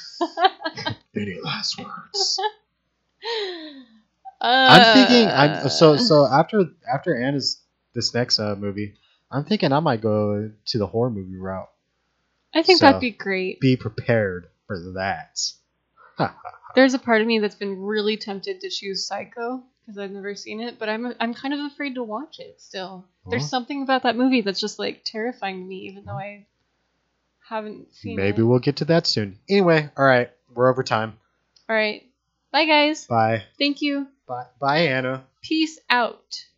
Any last words?
[laughs] uh,
I'm thinking. I'm so so after after Anna's this next uh, movie. I'm thinking I might go to the horror movie route.
I think
so-
that'd be great.
Be prepared for that.
There's a part of me that's been really tempted to choose Psycho because I've never seen it, but I'm I'm kind of afraid to watch it still. There's
Huh?
something about that movie that's just like terrifying to me, even though I haven't seen it.
Maybe we'll get to that soon. Anyway, all right, we're over time.
All right, bye guys.
Bye.
Thank you.
Bye. Bye, Anna.
Peace out.